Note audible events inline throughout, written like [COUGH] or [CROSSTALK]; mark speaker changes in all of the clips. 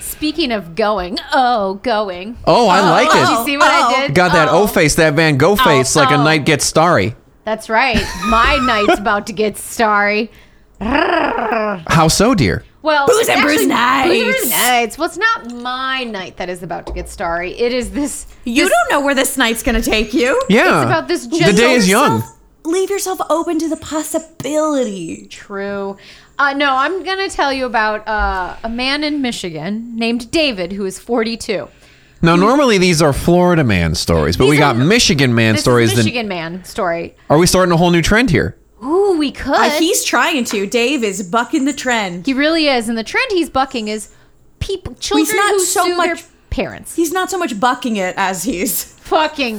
Speaker 1: Speaking of going, oh, going.
Speaker 2: Oh, I like
Speaker 1: Did
Speaker 2: it.
Speaker 1: you see what I did?
Speaker 2: Got that
Speaker 1: Oh.
Speaker 2: O face, that Van Gogh face, like a
Speaker 1: oh.
Speaker 2: night gets starry.
Speaker 1: That's right. My night's about to get starry.
Speaker 2: How so, dear?
Speaker 1: Well,
Speaker 3: Booze and
Speaker 1: actually,
Speaker 3: Brews nights.
Speaker 1: Booze and Brews nights. Well, it's not my night that is about to get starry. It is this.
Speaker 3: You don't know where this night's going to take you.
Speaker 2: Yeah.
Speaker 1: It's about this
Speaker 2: The day
Speaker 1: gentle
Speaker 2: is young.
Speaker 3: Leave yourself open to the possibility.
Speaker 1: True. Uh, no, I'm going to tell you about uh, a man in Michigan named David who is 42.
Speaker 2: Now, normally these are Florida man stories, but we
Speaker 1: These
Speaker 2: got
Speaker 1: are-
Speaker 2: Michigan man
Speaker 1: This
Speaker 2: stories.
Speaker 1: is
Speaker 2: then-
Speaker 1: Michigan man story.
Speaker 2: are we starting a whole new trend here?
Speaker 1: Ooh, we could.
Speaker 3: Uh, he's trying to. Dave is bucking the trend.
Speaker 1: he really is, and the trend he's bucking is people, children
Speaker 3: not
Speaker 1: who
Speaker 3: so
Speaker 1: sue their
Speaker 3: much-
Speaker 1: parents.
Speaker 3: He's not so much bucking it as he's.
Speaker 1: Fucking,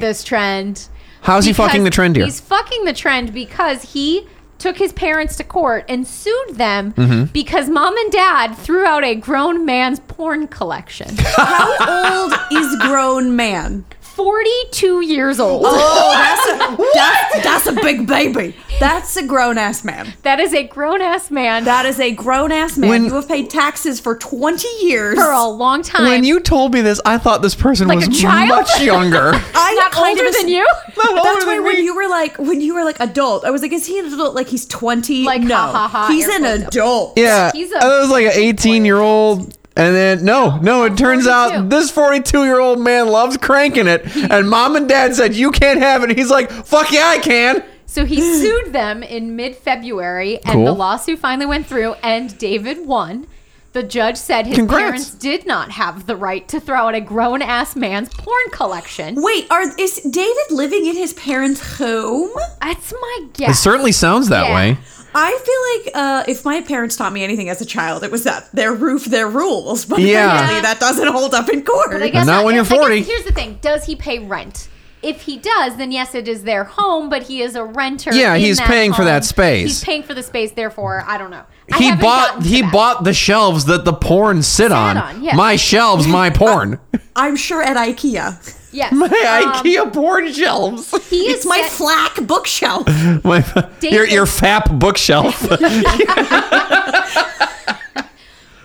Speaker 1: [LAUGHS] this trend.
Speaker 2: How's he fucking the
Speaker 1: Because
Speaker 2: trend here?
Speaker 1: He's fucking the trend because he took his parents to court and sued them
Speaker 2: Mm-hmm.
Speaker 1: because mom and dad threw out a grown man's porn collection.
Speaker 2: [LAUGHS]
Speaker 3: How [LAUGHS] old is grown man?
Speaker 1: 42 years old.
Speaker 3: Oh, that's a, that, that's a big baby. That's a grown ass man.
Speaker 1: That is a grown ass man
Speaker 3: That is a grown ass man.
Speaker 2: When-
Speaker 3: you have paid taxes for 20 years.
Speaker 1: for a long time.
Speaker 2: When you told me this, I thought this person
Speaker 1: Like
Speaker 2: was
Speaker 1: a child?
Speaker 2: much younger.
Speaker 1: [LAUGHS]
Speaker 2: [LAUGHS]
Speaker 3: I
Speaker 1: not
Speaker 3: kind of
Speaker 1: older
Speaker 3: ass-
Speaker 1: than you?
Speaker 3: That's
Speaker 2: older
Speaker 3: why
Speaker 2: than
Speaker 3: when
Speaker 2: me.
Speaker 3: you were like when you were like adult, I was like, is he an adult? Like he's twenty?
Speaker 1: Like,
Speaker 3: no,
Speaker 1: ha, ha, ha,
Speaker 3: he's
Speaker 1: air
Speaker 3: an
Speaker 1: quotes.
Speaker 3: adult.
Speaker 2: yeah.
Speaker 1: He's
Speaker 2: He's
Speaker 1: a-
Speaker 2: was like an 18 year old. And then, no, no, it turns
Speaker 1: 42.
Speaker 2: out this 42 year old man loves cranking it. And mom and dad said, You can't have it. He's like, Fuck yeah, I can.
Speaker 1: so
Speaker 2: [GASPS]
Speaker 1: he sued them in mid February, and
Speaker 2: Cool.
Speaker 1: the lawsuit finally went through, and David won. The judge said his
Speaker 2: Congrats.
Speaker 1: parents did not have the right to throw out a grown ass man's porn collection.
Speaker 3: Wait, are is David living in his parents' home?
Speaker 1: That's my guess.
Speaker 2: sounds that
Speaker 1: Yeah. way.
Speaker 3: I feel like uh, if my parents taught me anything as a child, it was that their roof, their rules. [LAUGHS] But
Speaker 2: Yeah.
Speaker 3: apparently that doesn't hold up in court.
Speaker 1: But I guess
Speaker 2: Not when you're
Speaker 1: I guess-
Speaker 2: 40.
Speaker 1: here's the thing: Does he pay rent? If he does, then yes, it is their home, but he is a renter.
Speaker 2: Yeah,
Speaker 1: in
Speaker 2: he's
Speaker 1: that
Speaker 2: paying for
Speaker 1: home.
Speaker 2: that space.
Speaker 1: He's paying for the space. Therefore, I don't know. I
Speaker 2: He
Speaker 1: haven't
Speaker 2: bought
Speaker 1: gotten to
Speaker 2: he
Speaker 1: that.
Speaker 2: bought the shelves that the porn sit on.
Speaker 1: on, yeah.
Speaker 2: My shelves, my [LAUGHS] porn.
Speaker 3: I'm sure at IKEA.
Speaker 1: Yes,
Speaker 2: [LAUGHS] my
Speaker 1: um,
Speaker 2: IKEA porn shelves.
Speaker 1: He is
Speaker 3: It's my
Speaker 1: set-
Speaker 3: flack bookshelf.
Speaker 2: [LAUGHS] My, your
Speaker 1: David-
Speaker 2: your fap
Speaker 3: [LAUGHS]
Speaker 2: bookshelf.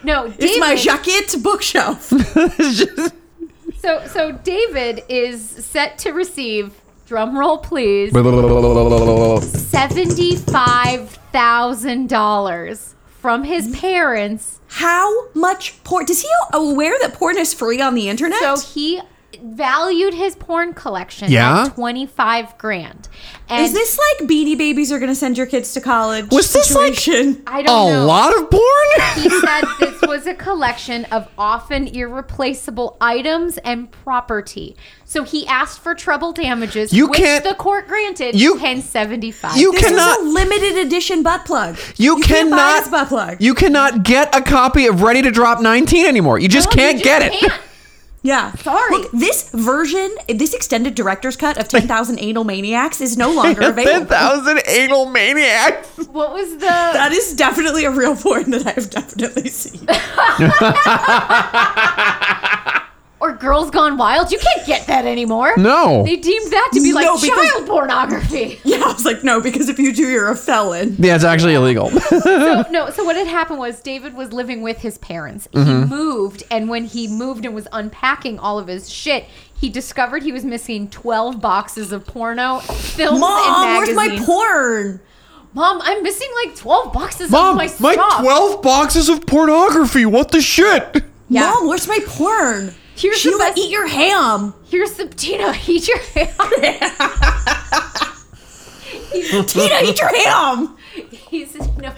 Speaker 1: no. David,
Speaker 3: It's my jacket bookshelf.
Speaker 1: so so David is set to receive drum roll, please seventy five thousand dollars from his parents.
Speaker 3: How much porn? Does he aware that porn is free on the internet?
Speaker 1: So he valued his porn collection
Speaker 2: Yeah?
Speaker 1: at 25 grand. And
Speaker 3: Is this like Beanie Babies are going to send your kids to college?
Speaker 2: Was this like-
Speaker 3: situation?
Speaker 1: I
Speaker 2: A
Speaker 1: don't know.
Speaker 2: lot of porn.
Speaker 1: He said this was a collection of often irreplaceable items and property. So he asked for trouble damages,
Speaker 2: You
Speaker 1: which
Speaker 2: can't-
Speaker 1: the court granted
Speaker 2: You-
Speaker 1: 1075.
Speaker 2: You
Speaker 3: This
Speaker 2: cannot.
Speaker 3: is a limited edition butt plug.
Speaker 2: You,
Speaker 3: can't buy
Speaker 2: cannot.
Speaker 3: this butt plug.
Speaker 2: You cannot get a copy of Ready to Drop 19 anymore. You just
Speaker 1: No, you
Speaker 2: can't
Speaker 1: just
Speaker 2: get it.
Speaker 1: can't.
Speaker 3: yeah,
Speaker 1: Sorry.
Speaker 3: Look, this version, this extended director's cut of Ten Thousand Anal Maniacs is no longer
Speaker 2: [LAUGHS] Ten
Speaker 3: available.
Speaker 2: thousand anal maniacs.
Speaker 1: What was
Speaker 2: [LAUGHS]
Speaker 1: the
Speaker 3: That is definitely a real porn that I have definitely seen.
Speaker 1: or Girls Gone Wild? You can't get that anymore.
Speaker 2: No.
Speaker 1: They deemed that to be like
Speaker 3: No, because-
Speaker 1: child pornography.
Speaker 3: yeah, I was like, no, because if you do, you're a felon.
Speaker 2: Yeah, it's
Speaker 3: [LAUGHS]
Speaker 2: actually illegal.
Speaker 3: Oh
Speaker 1: so no so what had happened was david was living with his parents
Speaker 3: Mm-hmm.
Speaker 1: he moved and when he moved and was unpacking all of his shit he discovered he was missing 12 boxes of porno films
Speaker 3: Mom,
Speaker 1: and
Speaker 3: where's my
Speaker 1: magazines
Speaker 3: porn?
Speaker 1: mom i'm missing like 12 boxes of
Speaker 2: Mom,
Speaker 1: my
Speaker 2: my
Speaker 1: stuff
Speaker 2: twelve boxes of pornography. What the
Speaker 3: Oh,
Speaker 2: shit?
Speaker 1: Yeah.
Speaker 3: Mom, where's my porn?
Speaker 1: Here's the
Speaker 3: Sheila,
Speaker 1: best-
Speaker 3: eat your ham.
Speaker 1: here's the tina [LAUGHS] eat your
Speaker 3: [LAUGHS] Tina, eat your ham.
Speaker 1: he's napoleon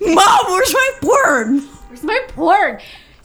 Speaker 3: Mom, where's my porn?
Speaker 1: Where's my porn?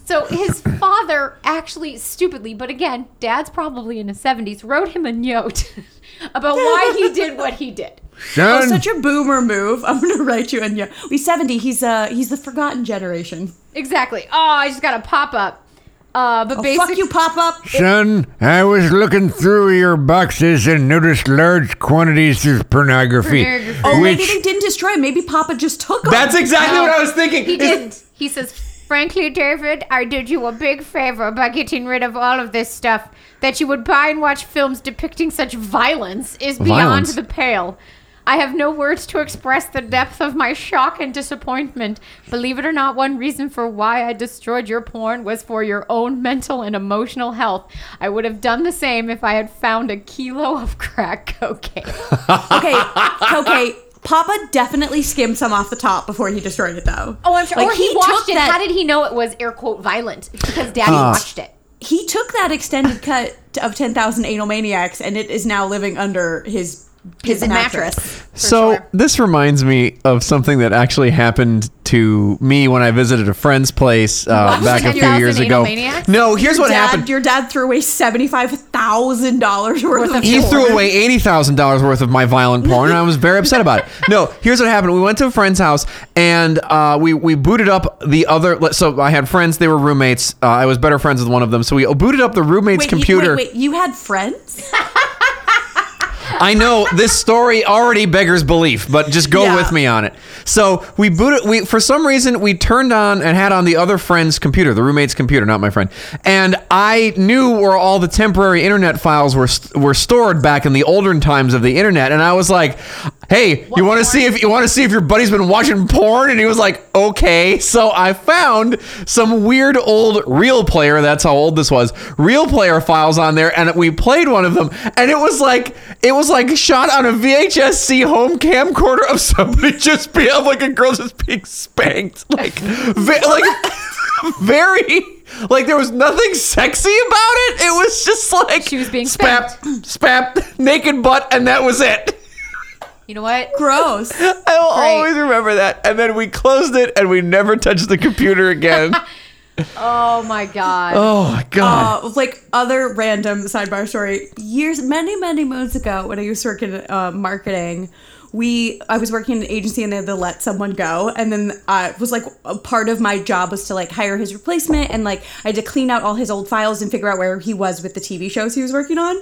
Speaker 1: So his father actually stupidly, but again, dad's probably in his 70s, wrote him a note [LAUGHS] about why he did what he did.
Speaker 3: Oh, such a boomer move. [LAUGHS] I'm gonna write you a note. We 70. He's uh he's the forgotten generation.
Speaker 1: Exactly. Oh, I just got a pop up. Uh, but
Speaker 3: Fuck
Speaker 1: basically,
Speaker 3: you, pop up.
Speaker 4: Son, I was looking through your boxes and noticed large quantities of pornography.
Speaker 1: Pornography.
Speaker 3: Oh, maybe they
Speaker 4: Which,
Speaker 3: didn't destroy. 'em. Maybe Papa just took them.
Speaker 2: That's exactly what I was thinking.
Speaker 1: he
Speaker 2: It's-
Speaker 1: didn't. He says, "Frankly, David, I did you a big favor by getting rid of all of this stuff. That you would buy and watch films depicting such violence is beyond
Speaker 2: Violence.
Speaker 1: the pale." I have no words to express the depth of my shock and disappointment. Believe it or not, one reason for why I destroyed your porn was for your own mental and emotional health. I would have done the same if I had found a kilo of crack cocaine. [LAUGHS]
Speaker 2: [LAUGHS]
Speaker 3: okay, okay. Papa definitely skimmed some off the top before he destroyed it, though.
Speaker 1: Oh, I'm sure.
Speaker 3: Like,
Speaker 1: or he, watched
Speaker 3: took
Speaker 1: it.
Speaker 3: That,
Speaker 1: How did he know it was air quote violent? It's because Daddy watched it.
Speaker 3: he took that extended cut of ten thousand anal maniacs, and it is now living under his
Speaker 1: His mattress. for
Speaker 2: So
Speaker 1: sure.
Speaker 2: this reminds me of something that actually happened to me when I visited a friend's place uh,
Speaker 3: [LAUGHS]
Speaker 1: What?
Speaker 2: back a few
Speaker 1: 10,000
Speaker 2: years
Speaker 1: anal
Speaker 2: ago.
Speaker 1: maniacs?
Speaker 2: No, here's
Speaker 3: Your
Speaker 2: what
Speaker 3: dad,
Speaker 2: happened.
Speaker 3: Your dad threw away seventy five thousand dollars worth of.
Speaker 2: He
Speaker 3: porn.
Speaker 2: threw away eighty thousand dollars worth of my violent porn, and I was
Speaker 3: [LAUGHS]
Speaker 2: very upset about it. No, here's what happened: we went to a friend's house, and uh, we we booted up the other. So I had friends; they were roommates. Uh, I was better friends with one of them, so we booted up the roommate's
Speaker 3: Wait,
Speaker 2: computer.
Speaker 3: You, wait, wait, you had friends?
Speaker 2: I know this story already beggars belief, but just go
Speaker 3: Yeah.
Speaker 2: with me on it. So we booted. We for some reason we turned on and had on the other friend's computer, the roommate's computer, not my friend. And I knew where all the temporary internet files were st- were stored back in the olden times of the internet. And I was like, "Hey, you want to see if you want to see if your buddy's been watching porn?" And he was like, "Okay." So I found some weird old real player. That's how old this was. Real player files on there, and we played one of them, and it was like it was like shot on a VHS C home camcorder of somebody [LAUGHS] just being of like a girl just being spanked, like ve- like [LAUGHS] very like there was nothing sexy about it. It was just like
Speaker 1: She was being
Speaker 2: spap spap naked butt, and that was it.
Speaker 1: you know what? [LAUGHS]
Speaker 3: Gross.
Speaker 2: I will
Speaker 1: Great.
Speaker 2: always remember that. And then we closed it, and we never touched the computer
Speaker 1: [LAUGHS]
Speaker 2: again.
Speaker 1: Oh my god.
Speaker 2: oh my god.
Speaker 3: Uh, like other random sidebar story. Years, many, many moons ago, when I used to work in uh, marketing, we I was working in an agency and they had to let someone go, and then I was like, a part of my job was to like hire his replacement, and like I had to clean out all his old files and figure out where he was with the TV shows he was working on.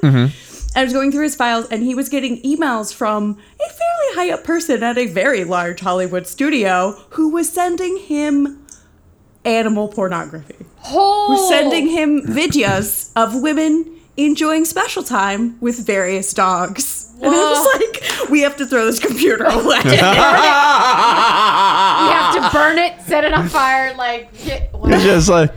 Speaker 3: I was going through his files, and he was getting emails from a fairly high up person at a very large Hollywood studio who was sending him animal pornography.
Speaker 1: Whole-
Speaker 3: We're sending him videos of women enjoying special time with various dogs. And I was like, we have to throw this [LAUGHS] computer away.
Speaker 2: [LAUGHS]
Speaker 1: We have to burn it, set it on fire, like get, what?
Speaker 2: It's just like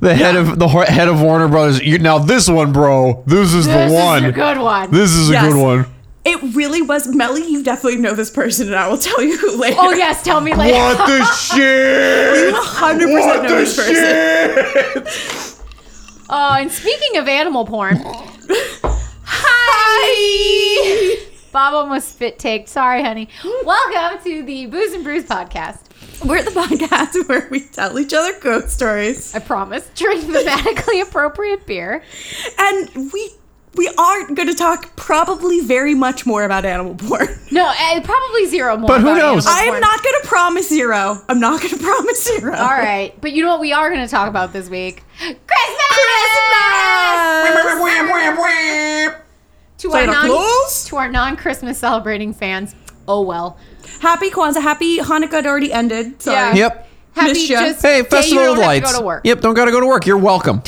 Speaker 2: the head of the ho- head of Warner Brothers. You, now this one, bro. This is
Speaker 1: This
Speaker 2: the one.
Speaker 1: is a good one.
Speaker 2: This is a
Speaker 3: Yes.
Speaker 2: good one.
Speaker 3: it really was Melly, you definitely know this person, and I will tell you [LAUGHS] who later.
Speaker 1: oh yes, tell me later.
Speaker 2: What
Speaker 4: [LAUGHS]
Speaker 2: the
Speaker 3: [LAUGHS]
Speaker 2: shit?
Speaker 3: 100% know this person.
Speaker 1: [LAUGHS] Oh, and speaking of animal porn,
Speaker 3: Hi!
Speaker 1: Bob almost spit take. Sorry, honey. Welcome to the Booze and Brews podcast.
Speaker 3: We're the podcast [LAUGHS] where we tell each other ghost stories.
Speaker 1: I promise. Drink thematically appropriate beer.
Speaker 3: And we we are going to talk probably very much more about animal porn.
Speaker 1: No, eh, probably zero more.
Speaker 2: But who
Speaker 1: about
Speaker 2: knows?
Speaker 1: animal
Speaker 3: I am
Speaker 1: porn.
Speaker 3: not going to promise zero. I'm not going to [LAUGHS] promise zero.
Speaker 1: [LAUGHS] All right, but you know what we are going to talk about this week? Christmas. To our
Speaker 3: Santa
Speaker 1: non
Speaker 3: Claus?
Speaker 1: to our non Christmas celebrating fans. Oh well.
Speaker 3: Happy Kwanzaa. Happy Hanukkah had already ended. Sorry.
Speaker 1: Yeah.
Speaker 2: Yep.
Speaker 1: Happy
Speaker 3: Miss ya.
Speaker 1: just
Speaker 2: Hey,
Speaker 1: day you
Speaker 2: Festival
Speaker 1: don't have
Speaker 2: of
Speaker 1: to
Speaker 2: Lights.
Speaker 1: go to work.
Speaker 3: [LAUGHS]
Speaker 2: Yep, don't gotta go to work.
Speaker 1: [LAUGHS]
Speaker 2: You're welcome.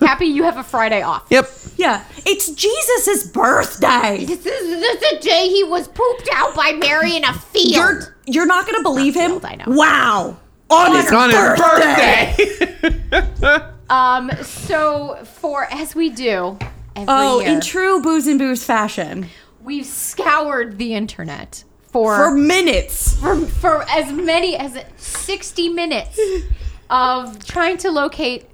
Speaker 1: Happy you have a Friday off.
Speaker 2: yep.
Speaker 3: Yeah. It's Jesus' birthday.
Speaker 1: This is this is the day he was pooped out by Mary in a field.
Speaker 3: You're you're not gonna believe him.
Speaker 1: Not filled, I know.
Speaker 3: Wow. On his
Speaker 2: on his
Speaker 3: birthday.
Speaker 1: Um. So for as we do every
Speaker 3: Oh,
Speaker 1: year,
Speaker 3: in true booze and booze fashion.
Speaker 1: we've scoured the internet for
Speaker 3: For
Speaker 1: [LAUGHS]
Speaker 3: minutes.
Speaker 1: for, for as many as 60 minutes of trying to locate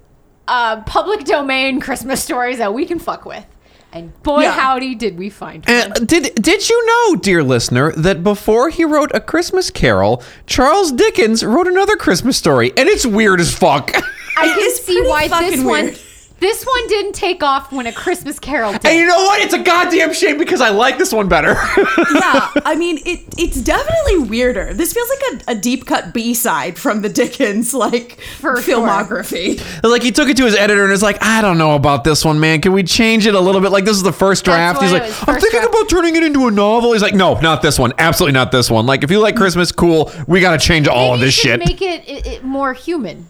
Speaker 1: uh, public domain Christmas stories that we can fuck with. And boy,
Speaker 3: Yeah.
Speaker 1: howdy, did we find
Speaker 2: And uh,
Speaker 1: one.
Speaker 2: did did you know, dear listener, that before he wrote A Christmas Carol, Charles Dickens wrote another Christmas story, and it's weird as fuck. [LAUGHS]
Speaker 1: I
Speaker 3: It
Speaker 1: can
Speaker 3: is
Speaker 1: see
Speaker 3: pretty
Speaker 1: why this
Speaker 3: fucking
Speaker 1: one.
Speaker 3: weird.
Speaker 1: This one didn't take off when A Christmas Carol did.
Speaker 2: And you know what? It's a goddamn shame because I like this one better. [LAUGHS]
Speaker 3: yeah, [LAUGHS] I mean it. It's definitely weirder. This feels like a, a deep cut B side from the Dickens like
Speaker 1: For sure.
Speaker 3: filmography.
Speaker 2: like he took it to his editor and is like, I don't know about this one, man. Can we change it a little bit? Like this is the first draft.
Speaker 1: That's
Speaker 2: He's
Speaker 1: why
Speaker 2: like,
Speaker 1: it was
Speaker 2: I'm
Speaker 1: first
Speaker 2: thinking
Speaker 1: draft.
Speaker 2: about turning it into a novel. He's like, No, not this one. Absolutely not this one. Like if you like Christmas, cool. We got to change
Speaker 1: Maybe
Speaker 2: all of
Speaker 1: you
Speaker 2: this
Speaker 1: should
Speaker 2: shit.
Speaker 1: Make it, it, it more human.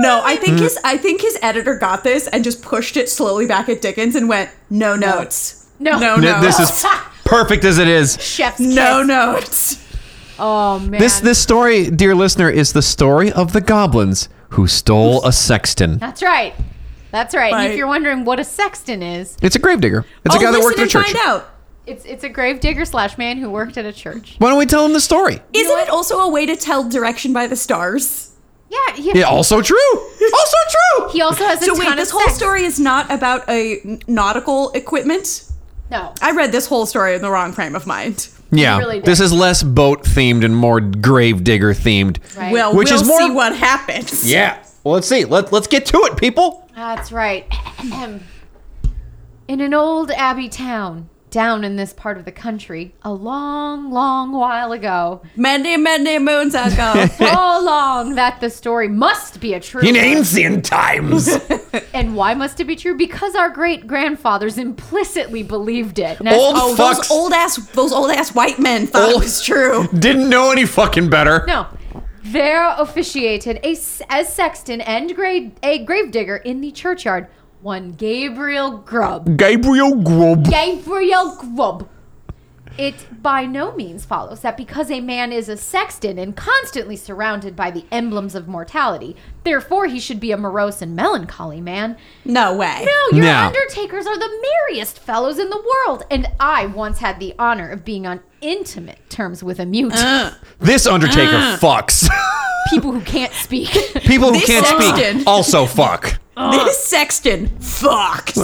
Speaker 3: No, I think
Speaker 2: Hmm.
Speaker 3: his I think his editor got this and just pushed it slowly back at Dickens and went no notes,
Speaker 1: No.
Speaker 3: no,
Speaker 2: Th-
Speaker 3: no,
Speaker 2: This is perfect as it is.
Speaker 3: [LAUGHS]
Speaker 1: Chef's
Speaker 3: no
Speaker 1: kiss.
Speaker 3: notes.
Speaker 1: Oh man.
Speaker 2: This this story, dear listener, is the story of the goblins who stole a sexton.
Speaker 1: That's right. That's right. And
Speaker 3: Right.
Speaker 1: if you're wondering what a sexton is,
Speaker 2: It's a gravedigger. It's
Speaker 3: I'll
Speaker 1: Oh,
Speaker 2: a guy that worked at a
Speaker 3: listen and
Speaker 2: church.
Speaker 3: Find out.
Speaker 1: it's it's a grave digger slash man who worked at a church.
Speaker 2: Why don't we tell him the story?
Speaker 3: Isn't it also a way to tell direction by the stars?
Speaker 1: Yeah. He,
Speaker 2: Yeah, also true. Also true.
Speaker 1: he also has a
Speaker 3: So
Speaker 1: ton
Speaker 3: wait,
Speaker 1: of
Speaker 3: this whole
Speaker 1: sex.
Speaker 3: story is not about a n- nautical equipment.
Speaker 1: No.
Speaker 3: I read this whole story in the wrong frame of mind.
Speaker 2: Yeah,
Speaker 1: really did.
Speaker 2: this is less boat themed and more gravedigger themed.
Speaker 1: Right.
Speaker 3: Well,
Speaker 2: Which
Speaker 3: we'll
Speaker 2: is more-
Speaker 3: see what happens.
Speaker 2: Yeah. Well, let's see. Let Let's get to it, people.
Speaker 1: That's right. [CLEARS THROAT] in an old abbey town down in this part of the country, a long, long while ago,
Speaker 3: Many, many moons
Speaker 2: [LAUGHS]
Speaker 3: ago.
Speaker 1: so long that the story must be a true.
Speaker 2: In
Speaker 3: [LAUGHS]
Speaker 2: ancient times.
Speaker 1: And why must it be true? Because our great grandfathers implicitly believed it. And
Speaker 2: Old
Speaker 3: oh,
Speaker 2: Fucks.
Speaker 3: those old ass, those old ass white men thought
Speaker 2: Old-
Speaker 3: it was
Speaker 2: [LAUGHS]
Speaker 3: true.
Speaker 2: Didn't know any fucking better.
Speaker 1: No. There officiated a, s- as sexton and grade, a gravedigger in the churchyard, one Gabriel Grubb.
Speaker 2: Gabriel Grubb.
Speaker 1: Gabriel Grubb. It by no means follows that because a man is a sexton and constantly surrounded by the emblems of mortality, therefore he should be a morose and melancholy man.
Speaker 3: No way.
Speaker 1: No, your
Speaker 2: No.
Speaker 1: undertakers are the merriest fellows in the world, and I once had the honor of being on intimate terms with a mute.
Speaker 2: This Undertaker
Speaker 3: [LAUGHS]
Speaker 2: fucks.
Speaker 1: People who can't speak. [LAUGHS]
Speaker 2: People who
Speaker 3: Ah. This Oh,
Speaker 2: can't
Speaker 3: sexton.
Speaker 2: speak also fuck.
Speaker 3: This sexton fucked.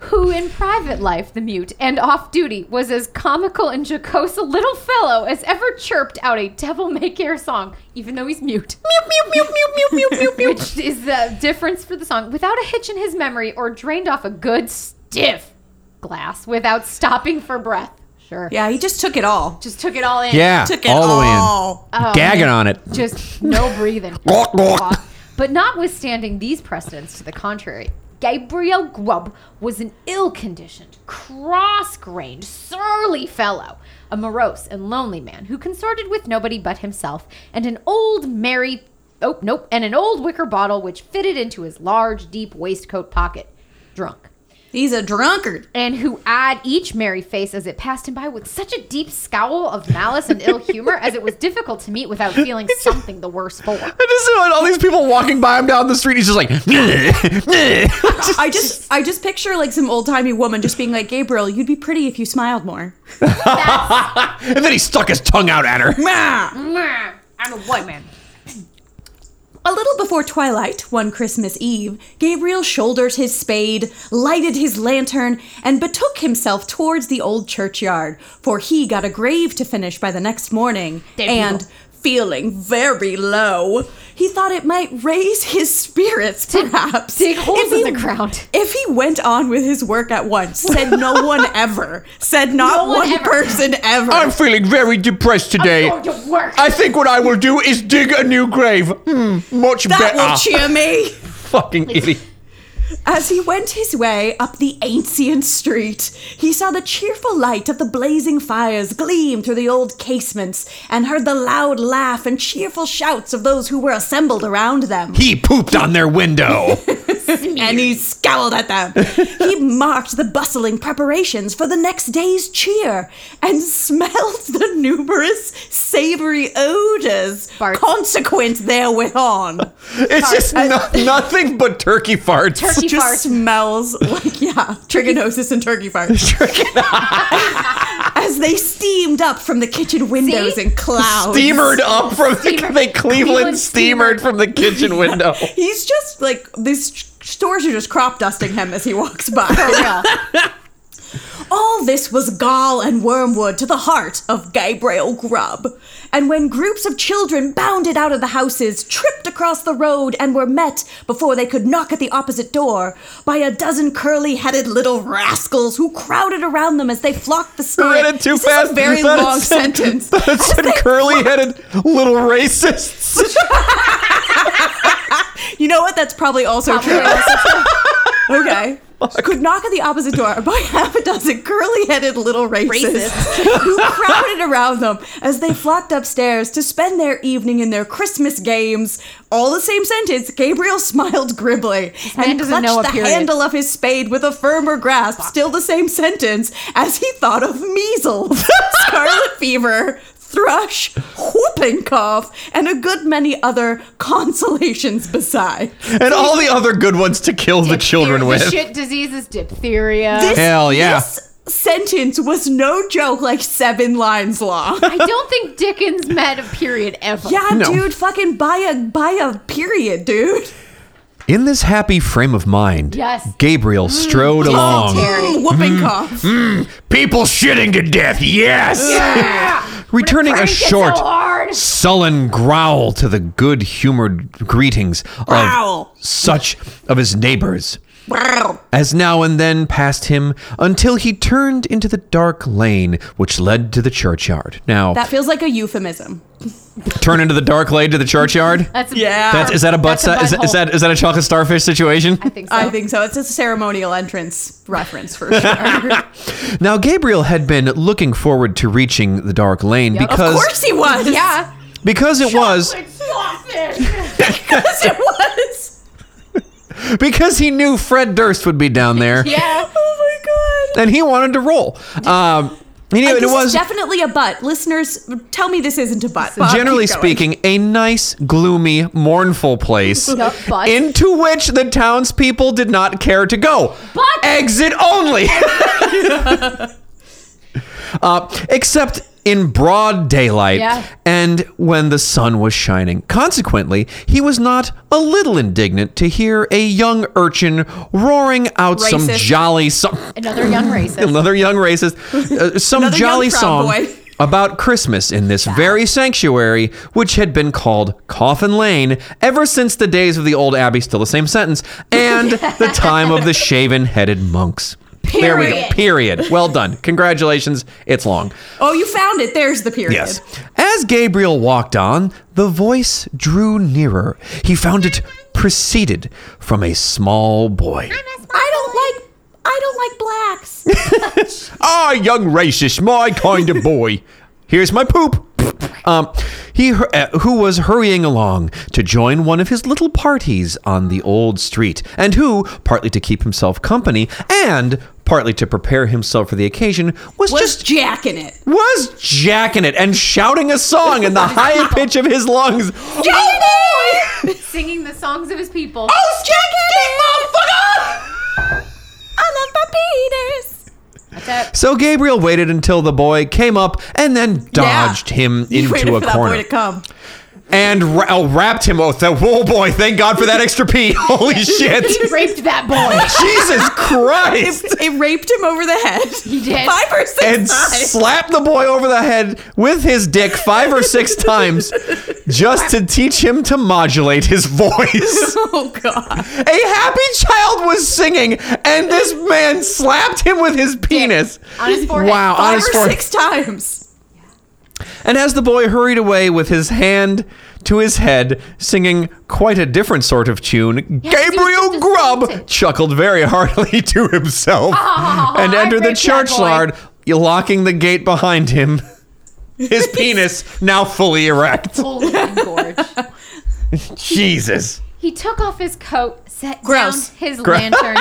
Speaker 1: who in private life, the mute, and off duty, was as comical and jocose a little fellow as ever chirped out a devil may care song, even though he's mute. Mew, mew, mew, mew, mew, mew, mew, mew. Which is the difference for the song. Without a hitch in his memory or drained off a good stiff glass without stopping for breath. Sure.
Speaker 3: yeah, he just took it all. Just
Speaker 1: Just took it all in.
Speaker 2: Yeah.
Speaker 3: took
Speaker 4: Oh,
Speaker 3: it
Speaker 2: all the way in.
Speaker 3: all.
Speaker 1: Oh,
Speaker 2: Gagging on it.
Speaker 1: just no breathing.
Speaker 2: Gawk, gawk.
Speaker 1: but notwithstanding these precedents to the contrary, Gabriel Grubb was an ill conditioned, cross grained, surly fellow, a morose and lonely man who consorted with nobody but himself and an old merry oh nope and an old wicker bottle which fitted into his large deep waistcoat pocket. Drunk
Speaker 3: He's a drunkard.
Speaker 1: and who eyed each merry face as it passed him by with such a deep scowl of malice and ill humor as it was difficult to meet without feeling something the worse for.
Speaker 2: I just saw uh, all these people walking by him down the street. He's just like,
Speaker 3: I just, I just picture like some old timey woman just being like, Gabriel, you'd be pretty if you smiled more.
Speaker 2: and then he stuck his tongue out at her.
Speaker 3: Mah!
Speaker 1: I'm a white man.
Speaker 3: A little before twilight, one Christmas Eve, Gabriel shouldered his spade, lighted his lantern, and betook himself towards the old churchyard, for he got a grave to finish by the next morning.
Speaker 1: Dead
Speaker 3: and
Speaker 1: people.
Speaker 3: feeling very low, he thought it might raise his spirits, perhaps.
Speaker 1: dig holes
Speaker 3: if he-
Speaker 1: in the ground.
Speaker 3: If he went on with his work at once, said no one
Speaker 1: [LAUGHS]
Speaker 3: ever, said not
Speaker 1: one
Speaker 3: one,
Speaker 1: ever.
Speaker 3: person ever.
Speaker 2: I'm feeling very depressed today.
Speaker 1: Going to work.
Speaker 2: I think what I will do is dig a new grave. Hmm, much
Speaker 3: that
Speaker 2: better.
Speaker 3: will cheer me.
Speaker 2: Fucking idiot.
Speaker 3: As he went his way up the ancient street, he saw the cheerful light of the blazing fires gleam through the old casements and heard the loud laugh and cheerful shouts of those who were assembled around them.
Speaker 2: He pooped on their
Speaker 1: [LAUGHS]
Speaker 2: window.
Speaker 3: [LAUGHS] and he scowled at them. [LAUGHS] he marked the bustling preparations for the next day's cheer and [LAUGHS] smelled the numerous savory odors
Speaker 1: Farts.
Speaker 3: consequent therewithon.
Speaker 2: it's just no- nothing but turkey farts.
Speaker 1: Turkey
Speaker 3: just
Speaker 1: farts.
Speaker 3: smells [LAUGHS] like yeah trigonosis and turkey
Speaker 1: [LAUGHS]
Speaker 3: farts [LAUGHS] as they steamed up from the kitchen windows
Speaker 1: See?
Speaker 3: and clouds
Speaker 2: Steamered up from the,
Speaker 1: Steamered.
Speaker 2: they Cleveland
Speaker 1: Cleveland steamered.
Speaker 2: steamered from
Speaker 1: [LAUGHS]
Speaker 2: the kitchen window.
Speaker 3: he's just [LAUGHS] like these stores are just crop dusting him as he walks by
Speaker 1: For real.
Speaker 3: [LAUGHS] All this was gall and wormwood to the heart of Gabriel Grubb. And when groups of children bounded out of the houses, tripped across the road, and were met before they could knock at the opposite door by a dozen curly headed little rascals who crowded around them as they flocked the stair.
Speaker 2: read it too
Speaker 3: This is
Speaker 2: fast.
Speaker 3: a very
Speaker 2: That
Speaker 3: long
Speaker 2: is- [LAUGHS]
Speaker 3: sentence.
Speaker 2: That said, curly-headed little racists.
Speaker 3: You know what? That's probably also true. okay. Could knock at the opposite door by [LAUGHS] half a dozen curly-headed little racists [LAUGHS] who crowded around them as they flocked upstairs to spend their evening in their Christmas games. All the same sentence. Gabriel smiled grimly
Speaker 1: man
Speaker 3: and
Speaker 1: doesn't
Speaker 3: clutched
Speaker 1: know a
Speaker 3: the
Speaker 1: period.
Speaker 3: handle of his spade with a firmer grasp. Still the same sentence as he thought of
Speaker 1: [LAUGHS]
Speaker 3: measles, scarlet fever. Thrush, whooping cough, and a good many other consolations besides.
Speaker 2: and all the other good ones to kill the children with.
Speaker 1: shit diseases, diphtheria.
Speaker 3: This,
Speaker 2: Hell yeah.
Speaker 3: This sentence was no joke, like seven lines
Speaker 2: [LAUGHS]
Speaker 3: long.
Speaker 1: I don't think Dickens met a period ever.
Speaker 3: yeah,
Speaker 2: No.
Speaker 3: dude, fucking buy a buy a period, dude.
Speaker 2: In this happy frame of mind,
Speaker 1: Yes. Mm.
Speaker 2: Gabriel strode along.
Speaker 3: Mm, whooping cough.
Speaker 2: People shitting to death, yes! Mm-hmm. Returning a short, sullen growl to the good humored greetings
Speaker 3: Growl.
Speaker 2: of such of his neighbors. as now and then passed him until he turned into the dark lane which led to the churchyard. Now,
Speaker 3: That feels like a euphemism.
Speaker 2: turn into the dark lane to
Speaker 3: [LAUGHS]
Speaker 2: the churchyard?
Speaker 1: That's
Speaker 3: Yeah.
Speaker 2: That's, is that a butt?
Speaker 1: That's a
Speaker 2: si- is, is
Speaker 1: butthole.
Speaker 2: that is that a chocolate
Speaker 3: [LAUGHS]
Speaker 2: starfish situation?
Speaker 1: I think so.
Speaker 3: I think so. It's a ceremonial entrance reference
Speaker 2: [LAUGHS]
Speaker 3: for sure.
Speaker 2: Now Gabriel had been looking forward to reaching the dark lane
Speaker 3: of
Speaker 2: because
Speaker 3: course he was. [LAUGHS]
Speaker 1: yeah.
Speaker 2: because it was
Speaker 3: Yes, it was.
Speaker 2: because he knew Fred Durst would be
Speaker 3: [LAUGHS]
Speaker 2: down there
Speaker 1: Yeah.
Speaker 3: Oh my god.
Speaker 2: and he wanted to roll. Um, he knew
Speaker 3: And
Speaker 2: it
Speaker 3: this
Speaker 2: was
Speaker 3: is definitely a butt. Listeners, tell me this isn't a butt.
Speaker 1: [LAUGHS]
Speaker 3: Bob,
Speaker 2: generally
Speaker 3: keep going.
Speaker 2: speaking, a nice, gloomy, mournful
Speaker 1: [LAUGHS]
Speaker 2: place
Speaker 1: Yup, but-
Speaker 2: into which the townspeople did not care to go.
Speaker 1: But-
Speaker 2: Exit
Speaker 1: [LAUGHS]
Speaker 2: only. uh, except in broad daylight
Speaker 1: Yeah.
Speaker 2: and when the sun was shining. Consequently, he was not a little indignant to hear a young urchin roaring out some
Speaker 3: Racist.
Speaker 2: jolly song.
Speaker 1: Another young
Speaker 2: [LAUGHS]
Speaker 1: racist.
Speaker 2: Another young racist. Uh, some
Speaker 3: Another young
Speaker 2: jolly
Speaker 3: Proud
Speaker 2: song
Speaker 3: Boy.
Speaker 2: [LAUGHS] about Christmas in this very sanctuary, which had been called Coffin Lane ever since the days of the old abbey, still the same sentence, and the
Speaker 3: [LAUGHS]
Speaker 2: time of the shaven headed monks. There we go. Period.
Speaker 3: [LAUGHS]
Speaker 2: Well done. Congratulations. It's long.
Speaker 3: Oh, you found it. There's the period.
Speaker 2: Yes. As Gabriel walked on, the voice drew nearer. He found it proceeded from a small boy.
Speaker 3: I don't like I don't like blacks.
Speaker 2: Ah, young racist, my kind
Speaker 3: [LAUGHS]
Speaker 2: of boy. Here's my poop. Um, he hur- uh, who was hurrying along to join one of his little parties on the old street, and who, partly to keep himself company and partly to prepare himself for the occasion, was,
Speaker 3: was
Speaker 2: just
Speaker 3: jacking it.
Speaker 2: was jacking it and shouting a song
Speaker 3: [LAUGHS]
Speaker 2: in the high pitch of his lungs.
Speaker 3: Oh boy!
Speaker 1: Singing the songs of his people.
Speaker 3: Oh, jacking it, motherfucker! I love my penis.
Speaker 1: That-
Speaker 2: So Gabriel waited until the boy came up and then dodged him
Speaker 3: You waited
Speaker 2: into a
Speaker 3: for
Speaker 2: corner.
Speaker 3: That boy to come.
Speaker 2: and ra- oh, wrapped him. Oh, th- whoa, boy! Thank God for that extra pee. [LAUGHS] Holy shit!
Speaker 1: he [LAUGHS] raped that boy.
Speaker 2: Jesus Christ!
Speaker 3: It, it raped him over the head. He
Speaker 1: did.
Speaker 3: Five or six
Speaker 2: And
Speaker 3: times.
Speaker 2: slapped the boy over the head with his dick five or six times, just to teach him to modulate his voice.
Speaker 3: oh god.
Speaker 2: A happy child was singing, and this man slapped him with his penis.
Speaker 1: On his forehead.
Speaker 2: Wow, on
Speaker 3: Five
Speaker 2: his
Speaker 3: or
Speaker 2: forehead.
Speaker 3: six times.
Speaker 2: And as the boy hurried away with his hand to his head, singing quite a different sort of tune,
Speaker 1: he was
Speaker 2: Gabriel
Speaker 1: just
Speaker 2: Grubb
Speaker 1: disappointed.
Speaker 2: chuckled very [LAUGHS] heartily to himself and
Speaker 1: Ah, I
Speaker 2: entered the
Speaker 1: raped that boy.
Speaker 2: churchyard, locking the gate
Speaker 1: [LAUGHS]
Speaker 2: behind him. His penis now fully erect.
Speaker 1: Holy gorge.
Speaker 2: Jesus.
Speaker 1: He took off his coat, set
Speaker 3: Gross.
Speaker 1: down his lantern,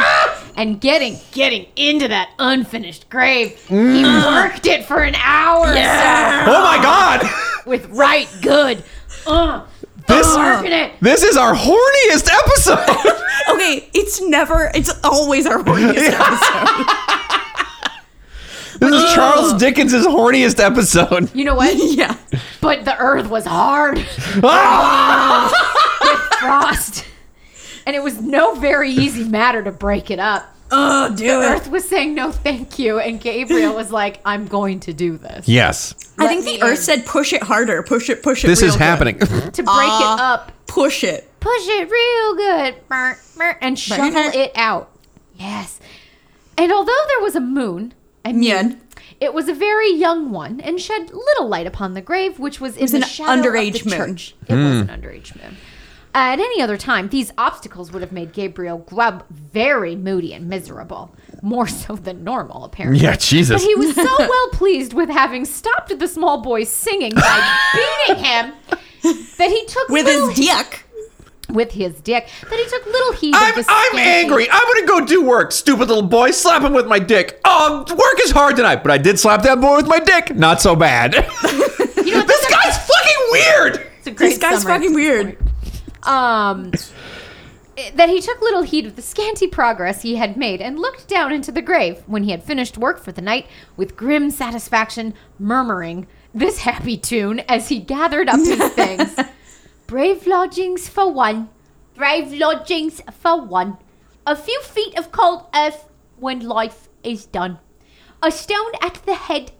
Speaker 1: and getting getting into that unfinished grave, he worked it for an hour or
Speaker 2: Oh my God!
Speaker 1: so with right good. Uh,
Speaker 2: This-
Speaker 1: uh, working it.
Speaker 2: This is our horniest
Speaker 1: [LAUGHS]
Speaker 2: episode.
Speaker 3: Okay, it's never. It's always our
Speaker 2: [LAUGHS]
Speaker 3: horniest episode.
Speaker 2: This is Charles Dickens' horniest episode.
Speaker 1: You know what?
Speaker 3: [LAUGHS] yeah.
Speaker 1: But the earth was hard with
Speaker 2: Ah!
Speaker 1: [LAUGHS] frost, and it was no very easy matter to break it up.
Speaker 3: oh, do it.
Speaker 1: Earth was saying no, thank you, and Gabriel was like, "I'm going to do this
Speaker 2: Yes.
Speaker 3: I think the Earth said, push it harder, push it, push it.
Speaker 2: This
Speaker 3: real
Speaker 2: is
Speaker 3: good."
Speaker 2: happening. [LAUGHS]
Speaker 1: to break it up,
Speaker 3: Push it.
Speaker 1: push it real good, brr, brr, and shovel
Speaker 3: Brr.
Speaker 1: it out." Yes. And although there was a moon, I mean,
Speaker 3: Yeah.
Speaker 1: it was a very young one and shed little light upon the grave, which was in
Speaker 3: an
Speaker 1: the shadow
Speaker 3: underage
Speaker 1: of the
Speaker 3: moon.
Speaker 1: church. It was
Speaker 2: Hmm.
Speaker 1: an underage moon. At any other time, these obstacles would have made Gabriel Grubb very moody and miserable, more so than normal, apparently.
Speaker 2: Yeah, Jesus.
Speaker 1: But he was
Speaker 2: [LAUGHS]
Speaker 1: so well pleased with having stopped the small boy singing by beating him that he took
Speaker 3: With
Speaker 1: little,
Speaker 3: his dick.
Speaker 1: with his dick that he took little heed
Speaker 2: I'm,
Speaker 1: of the
Speaker 2: I'm
Speaker 1: scanty-
Speaker 2: angry. I'm gonna go do work, stupid little boy. Slap him with my dick. Um, work is hard tonight, but I did slap that boy with my dick. Not so bad. [LAUGHS] this guy's fucking weird.
Speaker 1: It's a great
Speaker 3: This guy's
Speaker 1: summary.
Speaker 3: fucking weird.
Speaker 1: um, that he took little heed of the scanty progress he had made and looked down into the grave when he had finished work for the night with grim satisfaction, murmuring this happy tune as he gathered up his things. Brave lodgings for one, brave lodgings for one. A few feet of cold earth when life is done. A stone at the head,